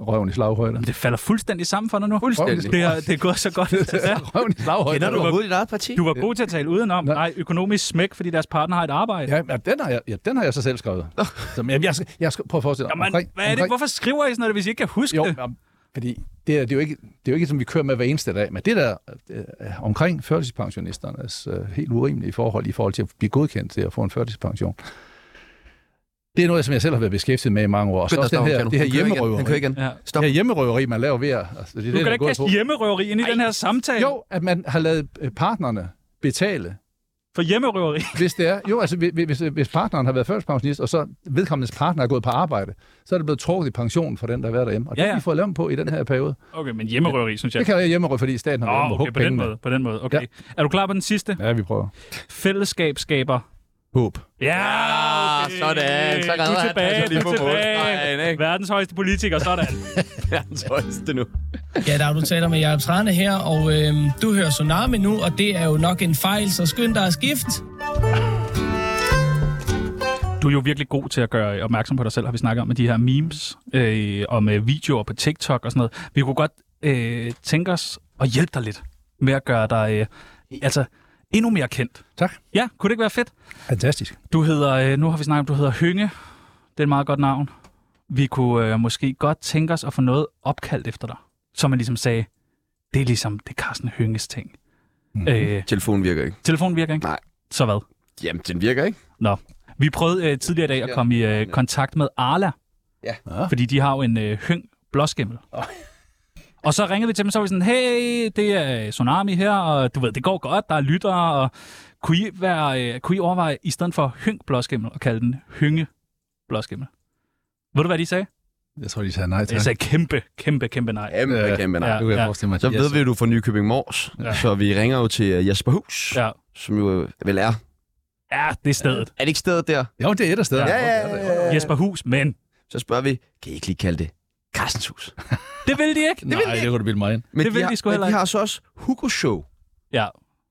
Speaker 3: Røven i slaghøjde.
Speaker 4: Det falder fuldstændig sammen for dig nu.
Speaker 1: Fuldstændig.
Speaker 4: Det, er, det er gået så godt. Ja.
Speaker 3: Røven i slaghøjde.
Speaker 1: Kender du overhovedet dit eget parti?
Speaker 4: Du var god til at tale udenom.
Speaker 3: Nå.
Speaker 4: Nej, økonomisk smæk, fordi deres partner har et arbejde.
Speaker 3: Ja, ja, den har jeg, ja, den har jeg så selv skrevet. Så, men jeg, jeg, jeg, jeg prøv at forestille dig.
Speaker 4: Jamen,
Speaker 3: omkring,
Speaker 4: hvad er det?
Speaker 3: omkring-
Speaker 4: Hvorfor skriver I sådan noget, hvis I ikke kan huske
Speaker 3: Jo,
Speaker 4: det?
Speaker 3: jamen, Fordi det, er, det, er jo ikke, det er jo ikke, som vi kører med hver eneste dag, men det der øh, omkring førtidspensionisternes øh, helt urimelige forhold i forhold til at blive godkendt til at få en førtidspension, det er noget, som jeg selv har været beskæftiget med i mange år. Og så
Speaker 1: Skynd dig,
Speaker 3: også
Speaker 1: Stavn,
Speaker 3: den her,
Speaker 1: kan du?
Speaker 3: det her
Speaker 1: Den kører igen,
Speaker 3: hjemmerøveri.
Speaker 1: Den kører igen.
Speaker 4: Ja.
Speaker 1: Stop.
Speaker 3: Det her hjemmerøveri, man laver ved at... Altså, det
Speaker 4: Du
Speaker 3: er
Speaker 4: kan
Speaker 3: det,
Speaker 4: da
Speaker 3: der
Speaker 4: ikke
Speaker 3: går
Speaker 4: kaste
Speaker 3: på.
Speaker 4: hjemmerøveri ind i den her samtale.
Speaker 3: Jo, at man har lavet øh, partnerne betale
Speaker 4: For hjemmerøveri.
Speaker 3: Hvis det er, jo, altså hvis- hvis, hvis partneren har været førtidspensionist, og så vedkommendes partner er gået på arbejde, så er det blevet trukket i pensionen for den, der har været derhjemme. Og det
Speaker 4: Ja,
Speaker 3: har
Speaker 4: ja.
Speaker 3: vi fået lavet på i den her periode.
Speaker 4: Okay, men hjemmerøveri, synes jeg.
Speaker 3: Det kan jeg hjemme, fordi staten har været
Speaker 4: Åh,
Speaker 3: inde og
Speaker 4: okay,
Speaker 3: hugge
Speaker 4: på den
Speaker 3: pengene.
Speaker 4: måde. På den måde. Okay. Er du klar på den sidste?
Speaker 3: Ja, vi prøver.
Speaker 4: Fællesskab skaber
Speaker 3: Håb.
Speaker 4: Ja,
Speaker 1: Ah,
Speaker 4: okay.
Speaker 1: sådan. Så
Speaker 4: Du
Speaker 1: redder
Speaker 4: er
Speaker 1: han
Speaker 4: tilbage,
Speaker 1: altså lige
Speaker 4: du
Speaker 1: på
Speaker 4: er
Speaker 1: målstregen,
Speaker 4: tilbage.
Speaker 1: ikke?
Speaker 4: Verdens højeste politiker, sådan.
Speaker 1: Det er den højeste nu.
Speaker 10: Ja, der du taler med Jacob Trane her, og øh, du hører Tsunami nu, og det er jo nok en fejl, så skynd dig at skifte.
Speaker 4: Du er jo virkelig god til at gøre opmærksom på dig selv, har vi snakket om med de her memes, øh, og med videoer på TikTok og sådan noget. Vi kunne godt øh, tænke os at hjælpe dig lidt med at gøre dig øh, altså, endnu mere kendt.
Speaker 3: Tak.
Speaker 4: Ja, kunne det ikke være fedt?
Speaker 3: Fantastisk.
Speaker 4: Du hedder, øh, nu har vi snakket om, du hedder Hynge. Det er et meget godt navn. Vi kunne øh, måske godt tænke os at få noget opkaldt efter dig. Så man ligesom sagde, det er ligesom, det er Carsten Hynges ting. Mm. Øh,
Speaker 1: Telefonen virker ikke.
Speaker 4: telefonen virker ikke?
Speaker 1: Nej.
Speaker 4: Så hvad?
Speaker 1: Jamen, den virker ikke.
Speaker 4: Nå. Vi prøvede øh, tidligere i dag at komme i øh, kontakt med Arla.
Speaker 1: Ja.
Speaker 3: Ah.
Speaker 4: Fordi de har jo en øh, hyng blåskimmel. Oh. Og så ringede vi til dem, så var vi sådan, hey, det er øh, Tsunami her, og du ved, det går godt, der er lyttere, og kunne I, være, øh, kunne I overveje, i stedet for hyng blåskimmel, at kalde den hynge blåskimmel? Ved du, hvad de sagde?
Speaker 3: Jeg tror, de sagde nej
Speaker 4: De
Speaker 3: til.
Speaker 4: sagde kæmpe, kæmpe, kæmpe nej.
Speaker 1: Jamen,
Speaker 3: Ja.
Speaker 1: ja. kæmpe nej.
Speaker 4: Ja.
Speaker 1: Ja.
Speaker 3: Du kan
Speaker 4: Ja.
Speaker 3: jeg forestille mig.
Speaker 1: Så
Speaker 3: at de
Speaker 1: ved
Speaker 3: er
Speaker 1: vi jo, du er fra Nykøbing Mors,
Speaker 4: Ja.
Speaker 1: ja. så vi ringer jo til øh, Jesper Hus, ja.
Speaker 4: Ja,
Speaker 1: som jo øh, vel er.
Speaker 4: ja det er stedet.
Speaker 1: Er det ikke stedet der?
Speaker 3: Jo, det er et af steder.
Speaker 4: Ja. Jesper Hus, men
Speaker 1: Så spørger vi, kan I ikke lige kalde det Carstens Hus?
Speaker 4: det vil de ikke.
Speaker 3: Nej, det kunne du bilde mig ind.
Speaker 1: Men
Speaker 4: Det vil
Speaker 1: har,
Speaker 4: de sgu
Speaker 1: men
Speaker 4: heller
Speaker 1: de
Speaker 4: ikke.
Speaker 1: har så også Hugo Show.
Speaker 4: Ja,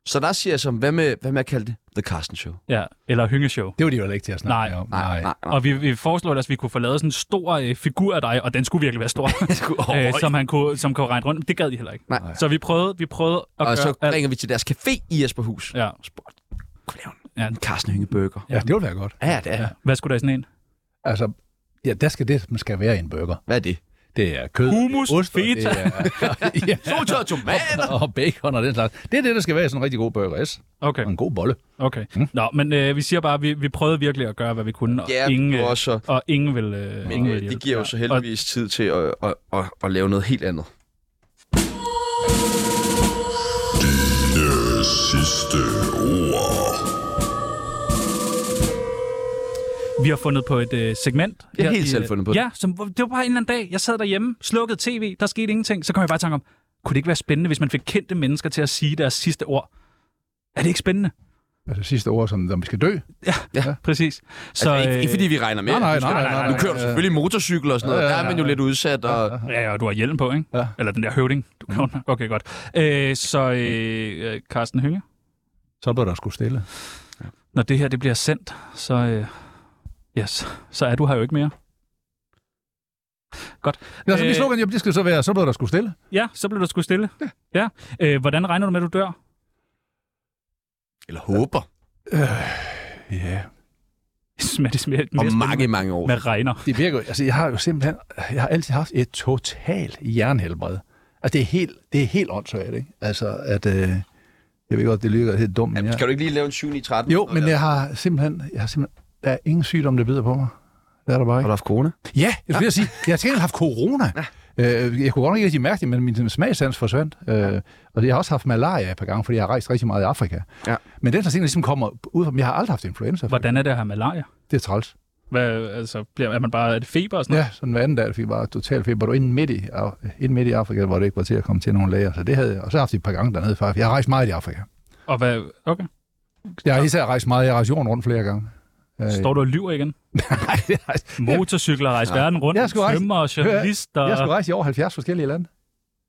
Speaker 1: Så der siger jeg som, hvad med, hvad med at kalde det The Carsten Show?
Speaker 4: ja. eller hyngeshow.
Speaker 3: Det var de jo heller ikke til at snakke
Speaker 4: Nej.
Speaker 3: om.
Speaker 4: Og vi, vi foreslår, at vi kunne få lavet sådan en stor øh, figur af dig, og den skulle virkelig være stor, øh, som, han kunne, som kunne regne rundt. Det gad de heller ikke.
Speaker 1: Nej.
Speaker 4: Så vi prøvede, vi prøvede at
Speaker 1: Og
Speaker 4: gøre
Speaker 1: så
Speaker 4: alt.
Speaker 1: ringer vi til deres café i Jesperhus.
Speaker 4: Ja.
Speaker 1: Kunne lave en-
Speaker 4: Ja.
Speaker 1: en Carsten Hynge Burger.
Speaker 3: Ja, det ville være godt.
Speaker 1: Ja, det er.
Speaker 4: Hvad skulle der i sådan en?
Speaker 3: Altså, ja, der skal det, man skal være i en burger.
Speaker 1: Hvad er det?
Speaker 3: Det er kød,
Speaker 4: Hummus,
Speaker 3: ost, og
Speaker 4: feta.
Speaker 3: det er, ja,
Speaker 1: To tør tomater!
Speaker 3: og bacon og den slags. Det er det, der skal være i sådan en rigtig god burger, yes.
Speaker 4: Okay,
Speaker 3: Og
Speaker 1: Mm.
Speaker 3: en god bolle.
Speaker 4: okay. Nå, men øh, vi siger bare, at vi, vi prøvede virkelig at gøre, hvad vi kunne, og
Speaker 1: Ja,
Speaker 4: ingen,
Speaker 1: det
Speaker 4: øh,
Speaker 1: var også...
Speaker 4: og ingen vil, øh,
Speaker 1: Men
Speaker 4: ingen vil
Speaker 1: øh,
Speaker 4: hjælpe.
Speaker 1: det giver jo
Speaker 4: Ja.
Speaker 1: så
Speaker 4: Og-
Speaker 1: heldigvis tid til at, at, at, at lave noget helt andet.
Speaker 4: Vi har fundet på et øh, segment.
Speaker 1: Jeg har
Speaker 4: her
Speaker 1: helt
Speaker 4: i,
Speaker 1: selv fundet på det.
Speaker 4: Ja, som, hvor- det var bare en eller anden dag. Jeg sad derhjemme, slukkede tv, der skete ingenting. Så kom jeg bare i tanke om, kunne det ikke være spændende, hvis man fik kendte mennesker til at sige deres sidste ord? Er det ikke spændende?
Speaker 3: Altså sidste ord, som om vi skal dø.
Speaker 4: Præcis. Så, øh,
Speaker 1: Så, altså, ikke, ikke fordi vi regner med.
Speaker 3: Nej, nej, nej, nej, nej,
Speaker 1: Nu
Speaker 3: nej.
Speaker 1: kører du selvfølgelig motorcykel og sådan noget.
Speaker 3: Ja,
Speaker 1: Ja,
Speaker 3: ja,
Speaker 1: Der er man jo lidt udsat. Og,
Speaker 4: Ja, ja, og du har hjelm på, ikke?
Speaker 3: Ja.
Speaker 4: Eller den der høvding. Du kan mm. Okay, godt. Øh, så, øh, øh, Carsten Hynge,
Speaker 3: Så blev der sgu stille.
Speaker 4: når det her det bliver sendt, så, øh, yes, så er du her jo ikke mere.
Speaker 3: Ja, så
Speaker 4: Øh,
Speaker 3: mit slogan, jamen, det skal så være, så blev der sgu stille.
Speaker 4: Ja, så blev du sgu stille. Ja. ja. Øh, hvordan regner du med, at du dør?
Speaker 1: eller håber.
Speaker 3: Ja.
Speaker 4: Smager det smager
Speaker 1: Om mange, mange år.
Speaker 4: med regner.
Speaker 3: Det virker jo, altså jeg har jo simpelthen, jeg har altid haft et totalt jernhelbred. Altså det er helt, det er helt åndssvagt, ikke? Altså at, øh, jeg ved godt, det lyder helt dumt, men jeg,
Speaker 1: Skal du ikke lige lave en 7 i 13?
Speaker 3: jo, men jeg har simpelthen, jeg har simpelthen, der er ingen sygdom, der bider på mig. Det er der bare
Speaker 1: Har
Speaker 3: ikke.
Speaker 1: du haft corona?
Speaker 3: Ja, jeg skulle ja. sige, jeg har til gengæld haft corona. Ja. Øh, jeg kunne godt nok ikke rigtig mærke det, men min smagsans forsvandt. Øh, og jeg har også haft malaria et par gange, fordi jeg har rejst rigtig meget i Afrika.
Speaker 1: Ja.
Speaker 3: Men den slags ting, der ligesom kommer ud fra, jeg har aldrig haft influenza.
Speaker 4: Hvordan er det at have malaria?
Speaker 3: Det er træls.
Speaker 4: Hvad, altså, bliver, er man bare, er det feber og sådan
Speaker 3: Ja, sådan hver anden dag, der fik bare total feber. Du var inde midt i, Af- inde midt i Afrika, hvor det ikke var til at komme til nogle læger. Så det havde jeg. Og så har jeg haft det et par gange dernede, for jeg har rejst meget i Afrika.
Speaker 4: noget? Og hvad, okay.
Speaker 3: Jeg har især rejst meget. Jeg har rejst jorden rundt flere gange. Øh,
Speaker 4: Står du og lyver igen?
Speaker 3: Nej, jeg har rejst-
Speaker 4: Motorcykler rejser ja. verden rundt,
Speaker 3: Jeg skulle rejse-
Speaker 4: svømmer og journalister.
Speaker 3: jeg skulle rejse i over 70 forskellige lande.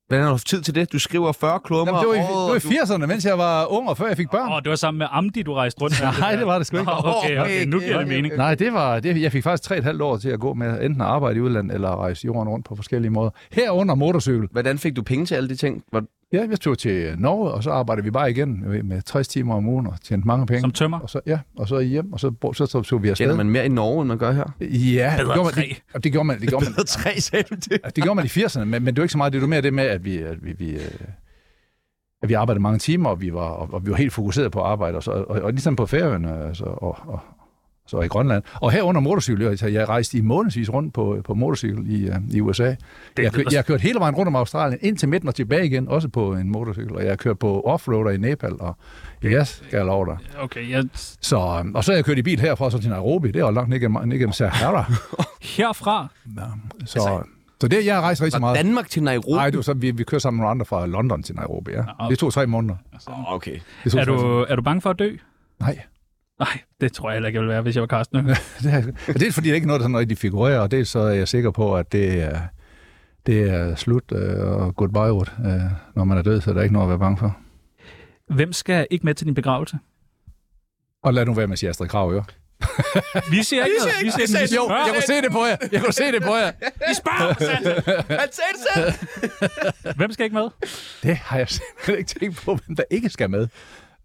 Speaker 1: Hvordan har du haft tid til det? Du skriver 40 klummer
Speaker 3: Jamen, det, var i,
Speaker 1: om året,
Speaker 3: det var
Speaker 1: og du-
Speaker 3: i 80'erne, mens jeg var ung og før jeg fik børn.
Speaker 4: Åh, det var sammen med Amdi, du rejste rundt. med.
Speaker 3: Nej, det var det sgu ikke.
Speaker 4: Nå, Okay, okay, nu giver det mening.
Speaker 3: Nej, det var, det, jeg fik faktisk 3,5 år til at gå med enten at arbejde i udlandet eller at rejse jorden rundt på forskellige måder. Herunder motorcykel.
Speaker 1: Hvordan fik du penge til alle de ting? Hvor-
Speaker 3: Ja, jeg tog til Norge, og så arbejdede vi bare igen med- med 60 timer om ugen og tjente mange penge.
Speaker 4: Som tømmer?
Speaker 3: Og så, ja, og så hjem, og så, bo- så, så tog vi afsted.
Speaker 1: Tjener man mere i Norge, end man gør her?
Speaker 3: Ja, det
Speaker 4: Bedre
Speaker 3: gjorde, man,
Speaker 4: træ.
Speaker 3: det, og det gjorde man, det gjorde man,
Speaker 1: Bedre tre, sagde du det?
Speaker 3: det gjorde man i 80'erne, men, men det var ikke så meget, det var mere det med, at vi, at vi, vi, øh, at vi arbejdede mange timer, og vi var, og, og vi var helt fokuseret på arbejde, og, så, og, og ligesom på Færøerne altså, og, og, så i Grønland. Og herunder motorcykel, jeg, så jeg rejste i månedsvis rundt på, på motorcykel i, øh, i USA. Jeg, kør, jeg kørte hele vejen rundt om Australien, ind til midten og tilbage igen, også på en motorcykel, og jeg kørte på offroader i Nepal, og ja, skal jeg love dig.
Speaker 4: Okay, jeg...
Speaker 3: Så, øh, og så har jeg kørt i bil herfra så til Nairobi, det er jo langt ned gennem, ned gennem Sahara.
Speaker 4: herfra.
Speaker 3: Så,
Speaker 4: Altså,
Speaker 3: så det, jeg har rejst rigtig
Speaker 1: Fra
Speaker 3: meget.
Speaker 1: Danmark til Nairobi?
Speaker 3: Nej, du, så vi, vi kører sammen med nogle andre fra London til Nairobi, ja.
Speaker 4: okay.
Speaker 3: Det tog tre måneder.
Speaker 1: Åh, okay.
Speaker 3: Det tog
Speaker 4: Er
Speaker 3: tre måneder.
Speaker 4: du, er du bange for at dø?
Speaker 3: Nej.
Speaker 4: Nej, det tror jeg heller ikke, jeg ville være, hvis jeg var Carsten.
Speaker 3: Det er, det er fordi, det er ikke noget, der sådan rigtig figurerer, og det er så er jeg sikker på, at det er, det er slut øh, og goodbye road, øh, når man er død, så er der ikke noget at være bange for.
Speaker 4: Hvem skal ikke med til din begravelse?
Speaker 3: Og lad nu være med at sige Astrid Krav, jo.
Speaker 4: Vi siger ikke noget. Vi siger ikke
Speaker 3: Jo, jeg kunne se det på jer. Jeg kunne se det på jer.
Speaker 4: I spørger, Sande.
Speaker 1: Han sagde det selv!
Speaker 4: Hvem skal ikke med?
Speaker 3: Det har jeg simpelthen ikke tænkt på, hvem der ikke skal med.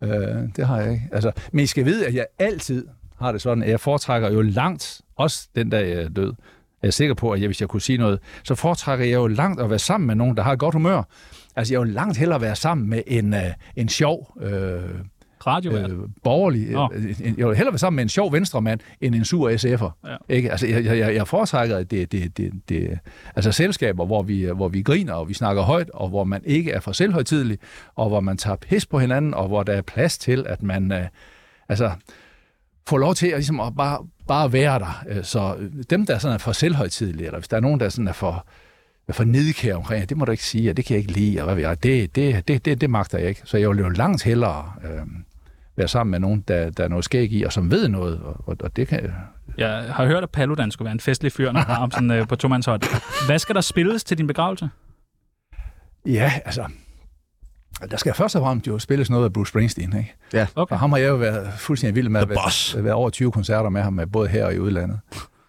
Speaker 3: Øh, det har jeg ikke. Altså, men I skal vide, at jeg altid har det sådan, at jeg foretrækker jo langt, også den dag jeg er død. Jeg er sikker på, at jeg, hvis jeg kunne sige noget, så foretrækker jeg jo langt at være sammen med nogen, der har et godt humør. Altså, jeg vil langt hellere være sammen med en, øh, en sjov øh,
Speaker 4: Radio
Speaker 3: øh, borgerlig...
Speaker 4: Nå.
Speaker 3: Øh, en, jeg vil hellere være sammen med en sjov venstremand, end en sur SF'er.
Speaker 4: Ja.
Speaker 3: Ikke? Altså, jeg, jeg, jeg foretrækker at det, det, det, det, altså selskaber, hvor vi, hvor vi griner, og vi snakker højt, og hvor man ikke er for selvhøjtidelig, og hvor man tager pis på hinanden, og hvor der er plads til, at man øh, altså, får lov til at, ligesom, at bare, bare være der. Øh, Så øh, dem, der sådan er for selvhøjtidelige, eller hvis der er nogen, der sådan er for er for nidkær omkring, det må du ikke sige, og det kan jeg ikke lide, og hvad ved jeg, det, det, det, det, det magter jeg ikke. Så jeg vil jo langt hellere øh, være sammen med nogen, der, der er noget skæg i, og som ved noget, og, og, og det kan,
Speaker 4: Jeg har hørt, at Paludan skulle være en festlig fyr, når han har ham sådan, øh, på tomandshånd. Hvad skal der spilles til din begravelse?
Speaker 3: Ja, altså... Der skal først og fremmest jo spilles noget af Bruce Springsteen, ikke?
Speaker 1: Ja.
Speaker 4: Okay.
Speaker 3: Og ham har jeg jo været fuldstændig vild med. at
Speaker 1: The Boss.
Speaker 3: været, været over 20 koncerter med ham, både her og i udlandet.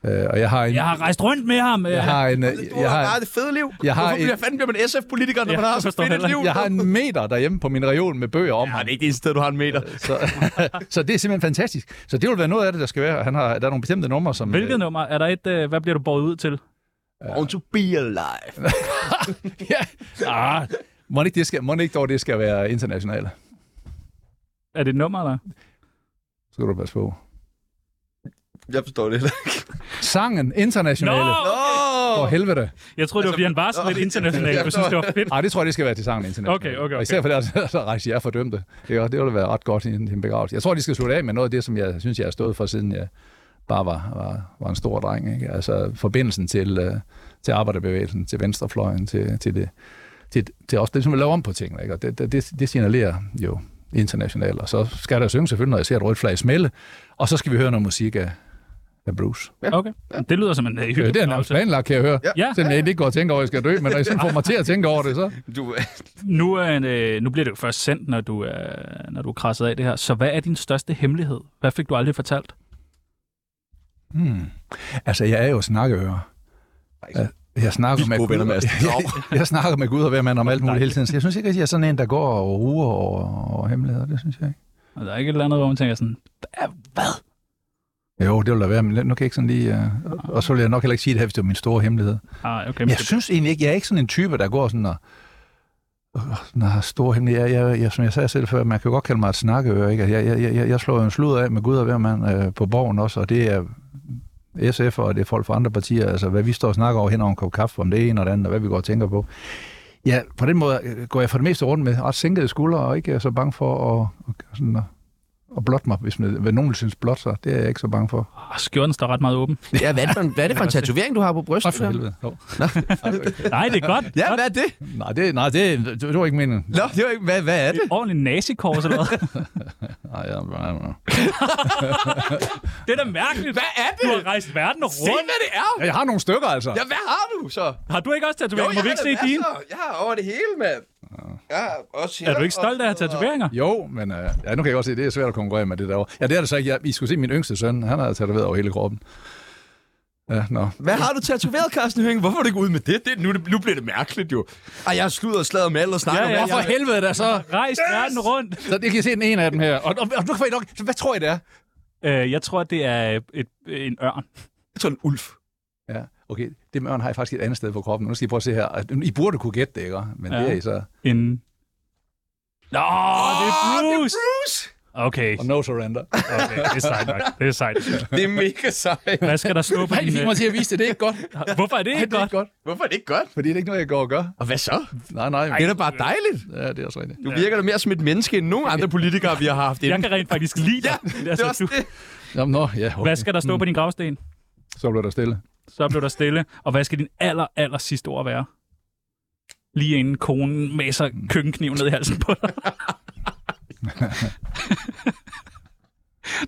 Speaker 3: Uh, og jeg har en...
Speaker 4: Jeg har rejst rundt med ham. øh.
Speaker 3: Jeg har en... øh,
Speaker 1: Du
Speaker 3: Jeg
Speaker 1: har
Speaker 3: har,
Speaker 1: bare det fede liv.
Speaker 3: Jeg har
Speaker 1: Hvorfor
Speaker 3: et-
Speaker 1: bliver fanden bliver man SF-politiker, når
Speaker 4: Ja,
Speaker 1: man har
Speaker 4: jeg
Speaker 1: så
Speaker 4: forstår
Speaker 1: fedt et
Speaker 4: heller
Speaker 1: liv?
Speaker 4: ikke.
Speaker 3: jeg har en meter derhjemme på min reol med bøger om
Speaker 1: Ja,
Speaker 3: ham.
Speaker 1: det er ikke det eneste sted, du har en meter.
Speaker 3: Så, så det er simpelthen fantastisk. Så det vil være noget af det, der skal være. Han har, der er nogle bestemte numre, som...
Speaker 4: Hvilket nummer? Er der et, øh, hvad bliver du båret ud til?
Speaker 1: Want to be alive.
Speaker 3: ja. Ah, må ikke, det skal, må ikke dog, det skal være internationale.
Speaker 4: Er det et nummer, eller?
Speaker 3: Så skal du passe på.
Speaker 1: Jeg forstår det heller ikke.
Speaker 3: Sangen internationale.
Speaker 4: Nå!
Speaker 3: For
Speaker 1: Oh!
Speaker 3: helvede.
Speaker 4: Jeg troede, det var, fordi han var sådan lidt international. Jeg synes, det var fedt.
Speaker 3: Nej, det tror jeg, det skal være til sangen internationalt.
Speaker 4: Okay, okay, okay.
Speaker 3: Og især for det, at der rejser jeg fordømte. Det, er- det ville være ret godt i en, i en begravelse. Jeg tror, de skal slutte af med noget af det, som jeg synes, jeg har stået for, siden jeg bare var, var, var en stor dreng. Ikke? Altså forbindelsen til, øh, til arbejderbevægelsen, til venstrefløjen, til, til det. Til, til også det, som vi laver om på tingene. Ikke? Og det, det, det signalerer jo internationalt. Og så skal der synge selvfølgelig, når jeg ser et rødt flag smelle. Og så skal vi høre noget musik af, af Bruce.
Speaker 4: Okay. Det lyder som en øh,
Speaker 3: Øh,
Speaker 4: hyggelig
Speaker 3: det er nærmest
Speaker 4: begravelse.
Speaker 3: planlagt, kan jeg høre.
Speaker 4: Ja.
Speaker 3: Selvom jeg egentlig ikke går og tænker over, at jeg skal dø, men når jeg sådan får mig til at tænke over det, så...
Speaker 1: Du,
Speaker 4: Nu, er, en, øh, nu bliver det jo først sendt, når du, er, når du er krasset af det her. Så hvad er din største hemmelighed? Hvad fik du aldrig fortalt?
Speaker 3: Hmm. Altså, jeg er jo snakkeører. Jeg, jeg snakker
Speaker 1: Vildt
Speaker 3: med
Speaker 1: gode venner med
Speaker 3: jeg,
Speaker 1: Astrid
Speaker 3: jeg, jeg snakker med Gud og hver mand om alt muligt hele tiden. Så jeg synes ikke, at jeg er sådan en, der går og ruer over, over hemmeligheder. Det synes jeg ikke.
Speaker 4: Og der er ikke et eller andet, hvor man tænker sådan,
Speaker 3: Jo, det ville da være, men nu kan jeg ikke sådan lige... Øh, og så vil jeg nok heller ikke sige det her, hvis det var min store hemmelighed.
Speaker 4: ah, okay,
Speaker 3: Men
Speaker 4: men
Speaker 3: jeg
Speaker 4: det-
Speaker 3: synes egentlig ikke, jeg er ikke sådan en type, der går sådan og... og sådan og har store hemmeligheder. Jeg, jeg, jeg, som jeg sagde selv før, man kan jo godt kalde mig et snakkeøre. Ikke? Altså, Jeg, jeg, jeg, jeg slår jo en slud af med Gud og hver mand øh, på borgen også, og det er SF og det er folk fra andre partier, altså hvad vi står og snakker over hen over en kop kaffe, om det ene og det andet, og hvad vi går og tænker på. Ja, på den måde øh, går jeg for det meste rundt med ret sænkede skuldre, og ikke er så bange for at, at, sådan at, at blotte mig, hvis man, hvad nogen synes blot sig. Det er jeg ikke så bange for.
Speaker 4: Ah, skjorten står ret meget åben.
Speaker 1: ja, hvad er det for en, hvad er det for en tatovering, du har på brystet?
Speaker 3: for helvede. Hov.
Speaker 4: Nej, det er godt.
Speaker 1: Ja,
Speaker 4: godt.
Speaker 1: hvad er det?
Speaker 3: Nej, det, nej det, det, det var ikke meningen.
Speaker 1: Nå, det var ikke, hvad, hvad er det?
Speaker 4: Ordentlig nazikors eller hvad?
Speaker 3: Nej, jeg, jeg, jeg,
Speaker 4: Det er da mærkeligt. Hvad er det? Du har rejst verden
Speaker 1: Se,
Speaker 4: rundt.
Speaker 1: hvad det er!
Speaker 3: Ja, jeg har nogle stykker, altså.
Speaker 1: Ja, hvad har du så?
Speaker 4: Har du ikke også
Speaker 1: Jo,
Speaker 4: tatoveringer?
Speaker 1: jeg
Speaker 4: Må vi
Speaker 1: har
Speaker 4: ikke
Speaker 1: da
Speaker 4: se dine?
Speaker 1: masser. Jeg har over det hele, mand. Jeg har også her,
Speaker 4: Er du ikke stolt af at have tatoveringer?
Speaker 3: Jo, men øh, ja, nu kan jeg godt se, det er svært at konkurrere med det derovre. Ja, det er det så ikke. Jeg, I skulle se min yngste søn, han har tatoveret over hele kroppen. Ja, nå.
Speaker 1: Hvad har du tatoveret, Carsten Høring? Hvorfor er du ikke ude med det? det nu, er det- nu bliver det mærkeligt jo. Ej, jeg sluder og slader med alt og snakker
Speaker 4: Ja, ja,
Speaker 1: om,
Speaker 4: ja.
Speaker 1: hvorfor
Speaker 3: For helvede da så!
Speaker 4: Rejs yes! verden rundt.
Speaker 3: Så det kan I se den ene af dem her. Og, og, og nu kan I nok... Hvad tror I, det er?
Speaker 4: Øh, jeg tror, det er et, en ørn.
Speaker 1: sådan en ulv?
Speaker 3: Ja, okay. Det med ørn har jeg faktisk et andet sted på kroppen. Nu skal I prøve at se her. I burde kunne gætte det, ikke? Men ja. det
Speaker 4: Ja.
Speaker 3: er I så.
Speaker 4: En... Nå, oh, det er Bruce! Okay,
Speaker 3: Og no surrender.
Speaker 4: okay, det er sejt nok. Det er sejt.
Speaker 1: Det er mega sejt.
Speaker 4: Hvad skal der stå på
Speaker 3: Nej, vi
Speaker 4: din...
Speaker 3: fik mig til at vise det. Det er ikke godt. Det
Speaker 4: øh, Hvorfor er det ikke
Speaker 3: er
Speaker 4: godt?
Speaker 3: ikke godt.
Speaker 1: Hvorfor er det ikke godt?
Speaker 3: Fordi det er ikke noget, jeg går og gør.
Speaker 1: Og hvad så?
Speaker 3: Nej, nej.
Speaker 1: Det er da bare dejligt.
Speaker 3: Ja, det er også rigtigt.
Speaker 1: Du virker da mere som et menneske, end nogen andre politikere, vi har haft
Speaker 4: Jeg
Speaker 1: inden.
Speaker 4: kan rent faktisk lide dig. altså,
Speaker 1: Ja, det er også det.
Speaker 3: Nå, nå ja, okay.
Speaker 4: Hvad skal der stå på din gravsten?
Speaker 3: Så bliver der stille.
Speaker 4: Så blev der stille. Og hvad skal din aller, aller sidste ord være? Lige inden konen maser køkkenkniven ned i halsen på dig.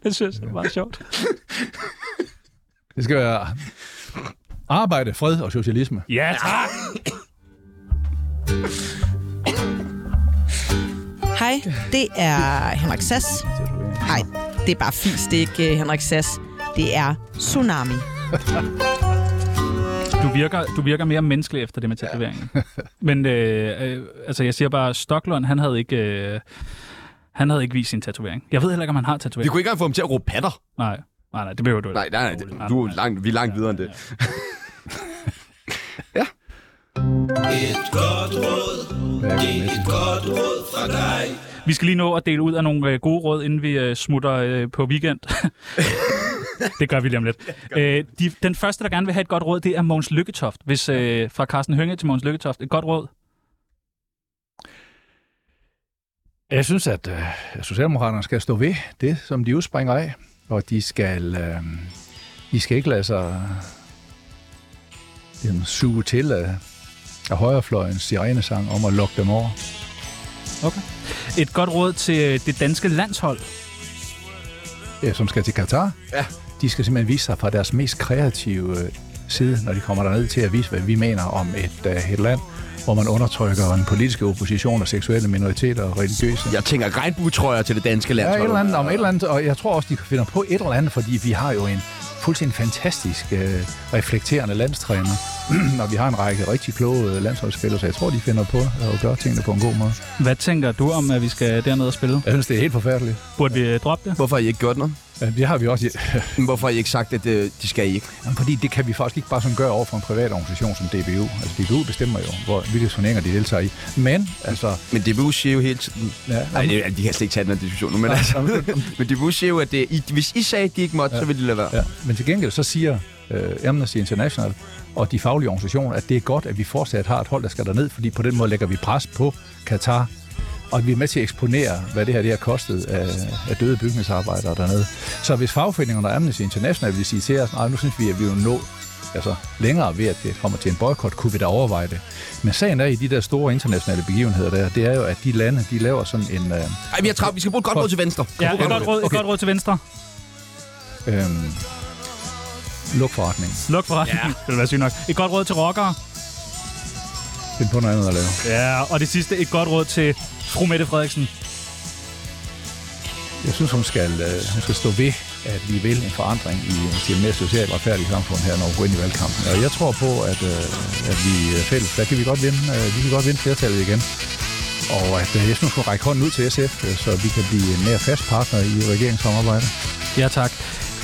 Speaker 4: det synes jeg var sjovt.
Speaker 3: Det skal være arbejde, fred og socialisme.
Speaker 4: Ja, tak.
Speaker 5: Hej, det er Henrik Sass. Nej, det er bare fisk, det er ikke øh, Henrik Sass. Det er Tsunami.
Speaker 4: Du virker, du virker mere menneskelig efter det med tatoveringen. Men øh, øh, altså, jeg siger bare, Stocklund, han havde ikke... Øh, han havde ikke vist sin tatovering. Jeg ved heller ikke, om han har
Speaker 1: Vi
Speaker 4: tatovering.
Speaker 1: kunne ikke engang få ham til at råbe patter.
Speaker 4: Nej, nej, nej, det behøver du ikke.
Speaker 1: Nej, nej, nej. det- Du er langt, vi er langt videre end det.
Speaker 6: Et godt råd, et godt råd fra dig.
Speaker 4: Vi skal lige nå at dele ud af nogle øh, gode råd, inden vi øh, smutter øh, på weekend. det gør vi lige om lidt. Øh, de, den første, der gerne vil have et godt råd, det er Mogens Lykketoft. Hvis, øh, fra Carsten Hønge til Mogens Lykketoft. Et godt råd.
Speaker 3: Jeg synes, at øh, Socialdemokraterne skal stå ved det, som de udspringer af, og de skal, øh, de skal ikke lade sig øh, dem suge til af, af højrefløjens sirenesang om at lokke dem over.
Speaker 4: Et godt råd til øh, det danske landshold.
Speaker 3: ja, øh, som skal til Katar, ja. de skal simpelthen vise sig fra deres mest kreative øh, side, når de kommer derned til at vise, hvad vi mener om et, øh, et land, hvor man undertrykker en politisk opposition og seksuelle minoriteter og religiøse.
Speaker 1: Jeg tænker regnbuetrøjer til det danske land.
Speaker 3: Ja, et eller andet om et eller andet, og jeg tror også, de finder på et eller andet, fordi vi har jo en fuldstændig fantastisk øh, reflekterende landstræner, og vi har en række rigtig kloge øh, landsholdsspillere, så jeg tror, de finder på at gøre tingene på en god måde.
Speaker 4: Hvad tænker du om, at vi skal derned og spille?
Speaker 3: Jeg synes, det er helt forfærdeligt.
Speaker 4: Burde vi øh, droppe det?
Speaker 1: Hvorfor har I ikke gjort noget?
Speaker 3: Ja, Det har vi også
Speaker 1: Men Hvorfor har I ikke sagt, at øh, de skal I ikke?
Speaker 3: Jamen, Fordi det kan vi faktisk ikke bare sådan gøre over for en privat organisation som DBU. Altså DBU bestemmer jo, hvor, hvilke turneringer de deltager i. Men altså...
Speaker 1: Men DBU siger jo hele tiden...
Speaker 3: Ja,
Speaker 1: Nej, det, de kan slet ikke tage den her diskussion nu, men altså... men DBU siger jo, at det, I, hvis I sagde, at de ikke måtte, så ville de lade være.
Speaker 3: ja. Men til gengæld så siger øh, Amnesty International og de faglige organisationer, at det er godt, at vi fortsat har et hold, der skal derned, fordi på den måde lægger vi pres på Katar, og at vi er med til at eksponere, hvad det her det har kostet af, af døde bygningsarbejdere dernede. Så hvis fagforeningerne og Amnesty International vil sige til os, nej, nu synes vi, at vi vil nå altså længere ved, at det kommer til en boykot, kunne vi da overveje det. Men sagen er i de der store internationale begivenheder der, det er jo, at de lande, de laver sådan en... Øh,
Speaker 1: Ej, vi har travlt. Vi skal bruge et godt råd til venstre.
Speaker 4: Ja, et godt råd, et
Speaker 3: Okay.
Speaker 4: godt råd til venstre.
Speaker 3: øh, lukforretning.
Speaker 4: Luk for ja. Det vil være sygt nok. Et godt råd til rockere.
Speaker 3: Find på noget andet at lave.
Speaker 4: Ja, og det sidste, et godt råd til fru Mette Frederiksen.
Speaker 3: Jeg synes, hun skal, øh, hun skal stå ved, at vi vil en forandring i til et mere socialt retfærdigt samfund her, når vi går ind i valgkampen. Og jeg tror på, at, øh, at vi øh, fælles, der kan vi godt vinde, øh, vi kan godt vinde flertallet igen. Og at øh, jeg synes, hun skal række hånden ud til SF, øh, så vi kan blive en mere fast partner i regeringssamarbejdet.
Speaker 4: Ja, tak.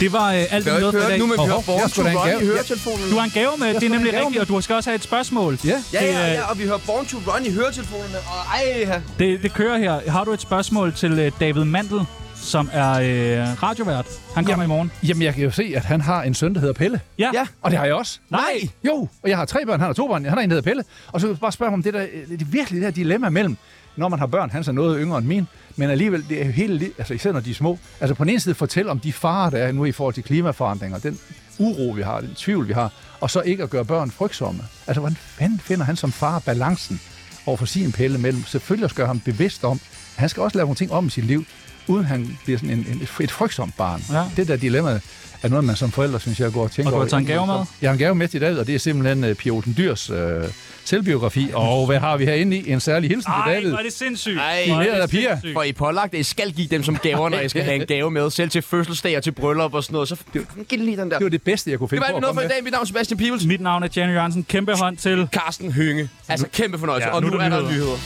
Speaker 4: Det var øh, alt, vi
Speaker 1: Vi har jo
Speaker 4: nåede
Speaker 1: ikke
Speaker 4: for i
Speaker 1: hørt
Speaker 4: dag.
Speaker 1: nu, men vi
Speaker 3: Hov,
Speaker 1: har
Speaker 3: hov, jeg
Speaker 1: Borgen to
Speaker 3: skulle da en
Speaker 1: Run i
Speaker 3: gave.
Speaker 1: høretelefonen.
Speaker 4: Du har en gave med, det er
Speaker 3: skulle
Speaker 4: nemlig
Speaker 3: have en gave
Speaker 4: rigtigt, og du skal også have et spørgsmål.
Speaker 3: Ja.
Speaker 1: Ja,
Speaker 4: Det,
Speaker 1: ja,
Speaker 4: øh,
Speaker 1: ja, og vi hører Born to Run i høretelefonerne, og ej, ja.
Speaker 4: Det, det kører her. Har du et spørgsmål til øh, David Mandel, som er øh, radiovært? Han kommer i morgen.
Speaker 3: Jamen, jeg kan jo se, at han har en søn, der hedder Pelle.
Speaker 1: Ja.
Speaker 3: Og det har jeg også.
Speaker 4: Nej!
Speaker 3: Jo, og jeg har tre børn, han har to børn, han har en, der hedder Pelle. Og så vil jeg bare spørge ham om det der, øh, det er virkelig det der dilemma mellem, når man har børn, han er så noget yngre end min, men alligevel, det er jo hele livet, altså især når de er små, altså på den ene side fortælle om de farer, der er nu i forhold til klimaforandringer, den uro, vi har, den tvivl, vi har, og så ikke at gøre børn frygtsomme. Altså, hvordan fanden finder han som far balancen over for sin pille mellem selvfølgelig at gøre ham bevidst om, Han skal også lave nogle ting om i sit liv, uden han bliver sådan en, en, et frygtsomt barn. Ja. Det der dilemma er noget, man som forældre, synes jeg, går og tænker
Speaker 4: Og du har taget en gave med?
Speaker 3: Jeg har en gave med til i dag, og det er simpelthen uh, Pia Olsen Dyrs uh, selvbiografi. Og hvad har vi herinde i? En særlig hilsen til
Speaker 4: Ej,
Speaker 3: David.
Speaker 4: hvor er det sindssygt.
Speaker 1: Ej,
Speaker 4: Hvor er
Speaker 3: det er
Speaker 4: det
Speaker 3: Pia.
Speaker 4: sindssygt.
Speaker 1: For I er pålagt, at I skal give dem som gaver, når I skal have en gave med. Selv til fødselsdag og til bryllup og sådan noget. Så f- giv den lige den der.
Speaker 3: Det var det bedste, jeg kunne
Speaker 1: Det
Speaker 3: finde
Speaker 1: var
Speaker 3: på
Speaker 1: det
Speaker 3: at
Speaker 1: noget for
Speaker 3: komme
Speaker 1: i dag. Mit navn er Sebastian Pibels.
Speaker 4: Mit navn er Jenny Jørgensen. Kæmpe hånd til...
Speaker 1: Carsten Hynge. Altså kæmpe fornøjelse.
Speaker 4: Ja,
Speaker 1: og
Speaker 4: nu
Speaker 1: nu,
Speaker 4: er der
Speaker 1: er der
Speaker 4: nyheder.
Speaker 1: nyheder.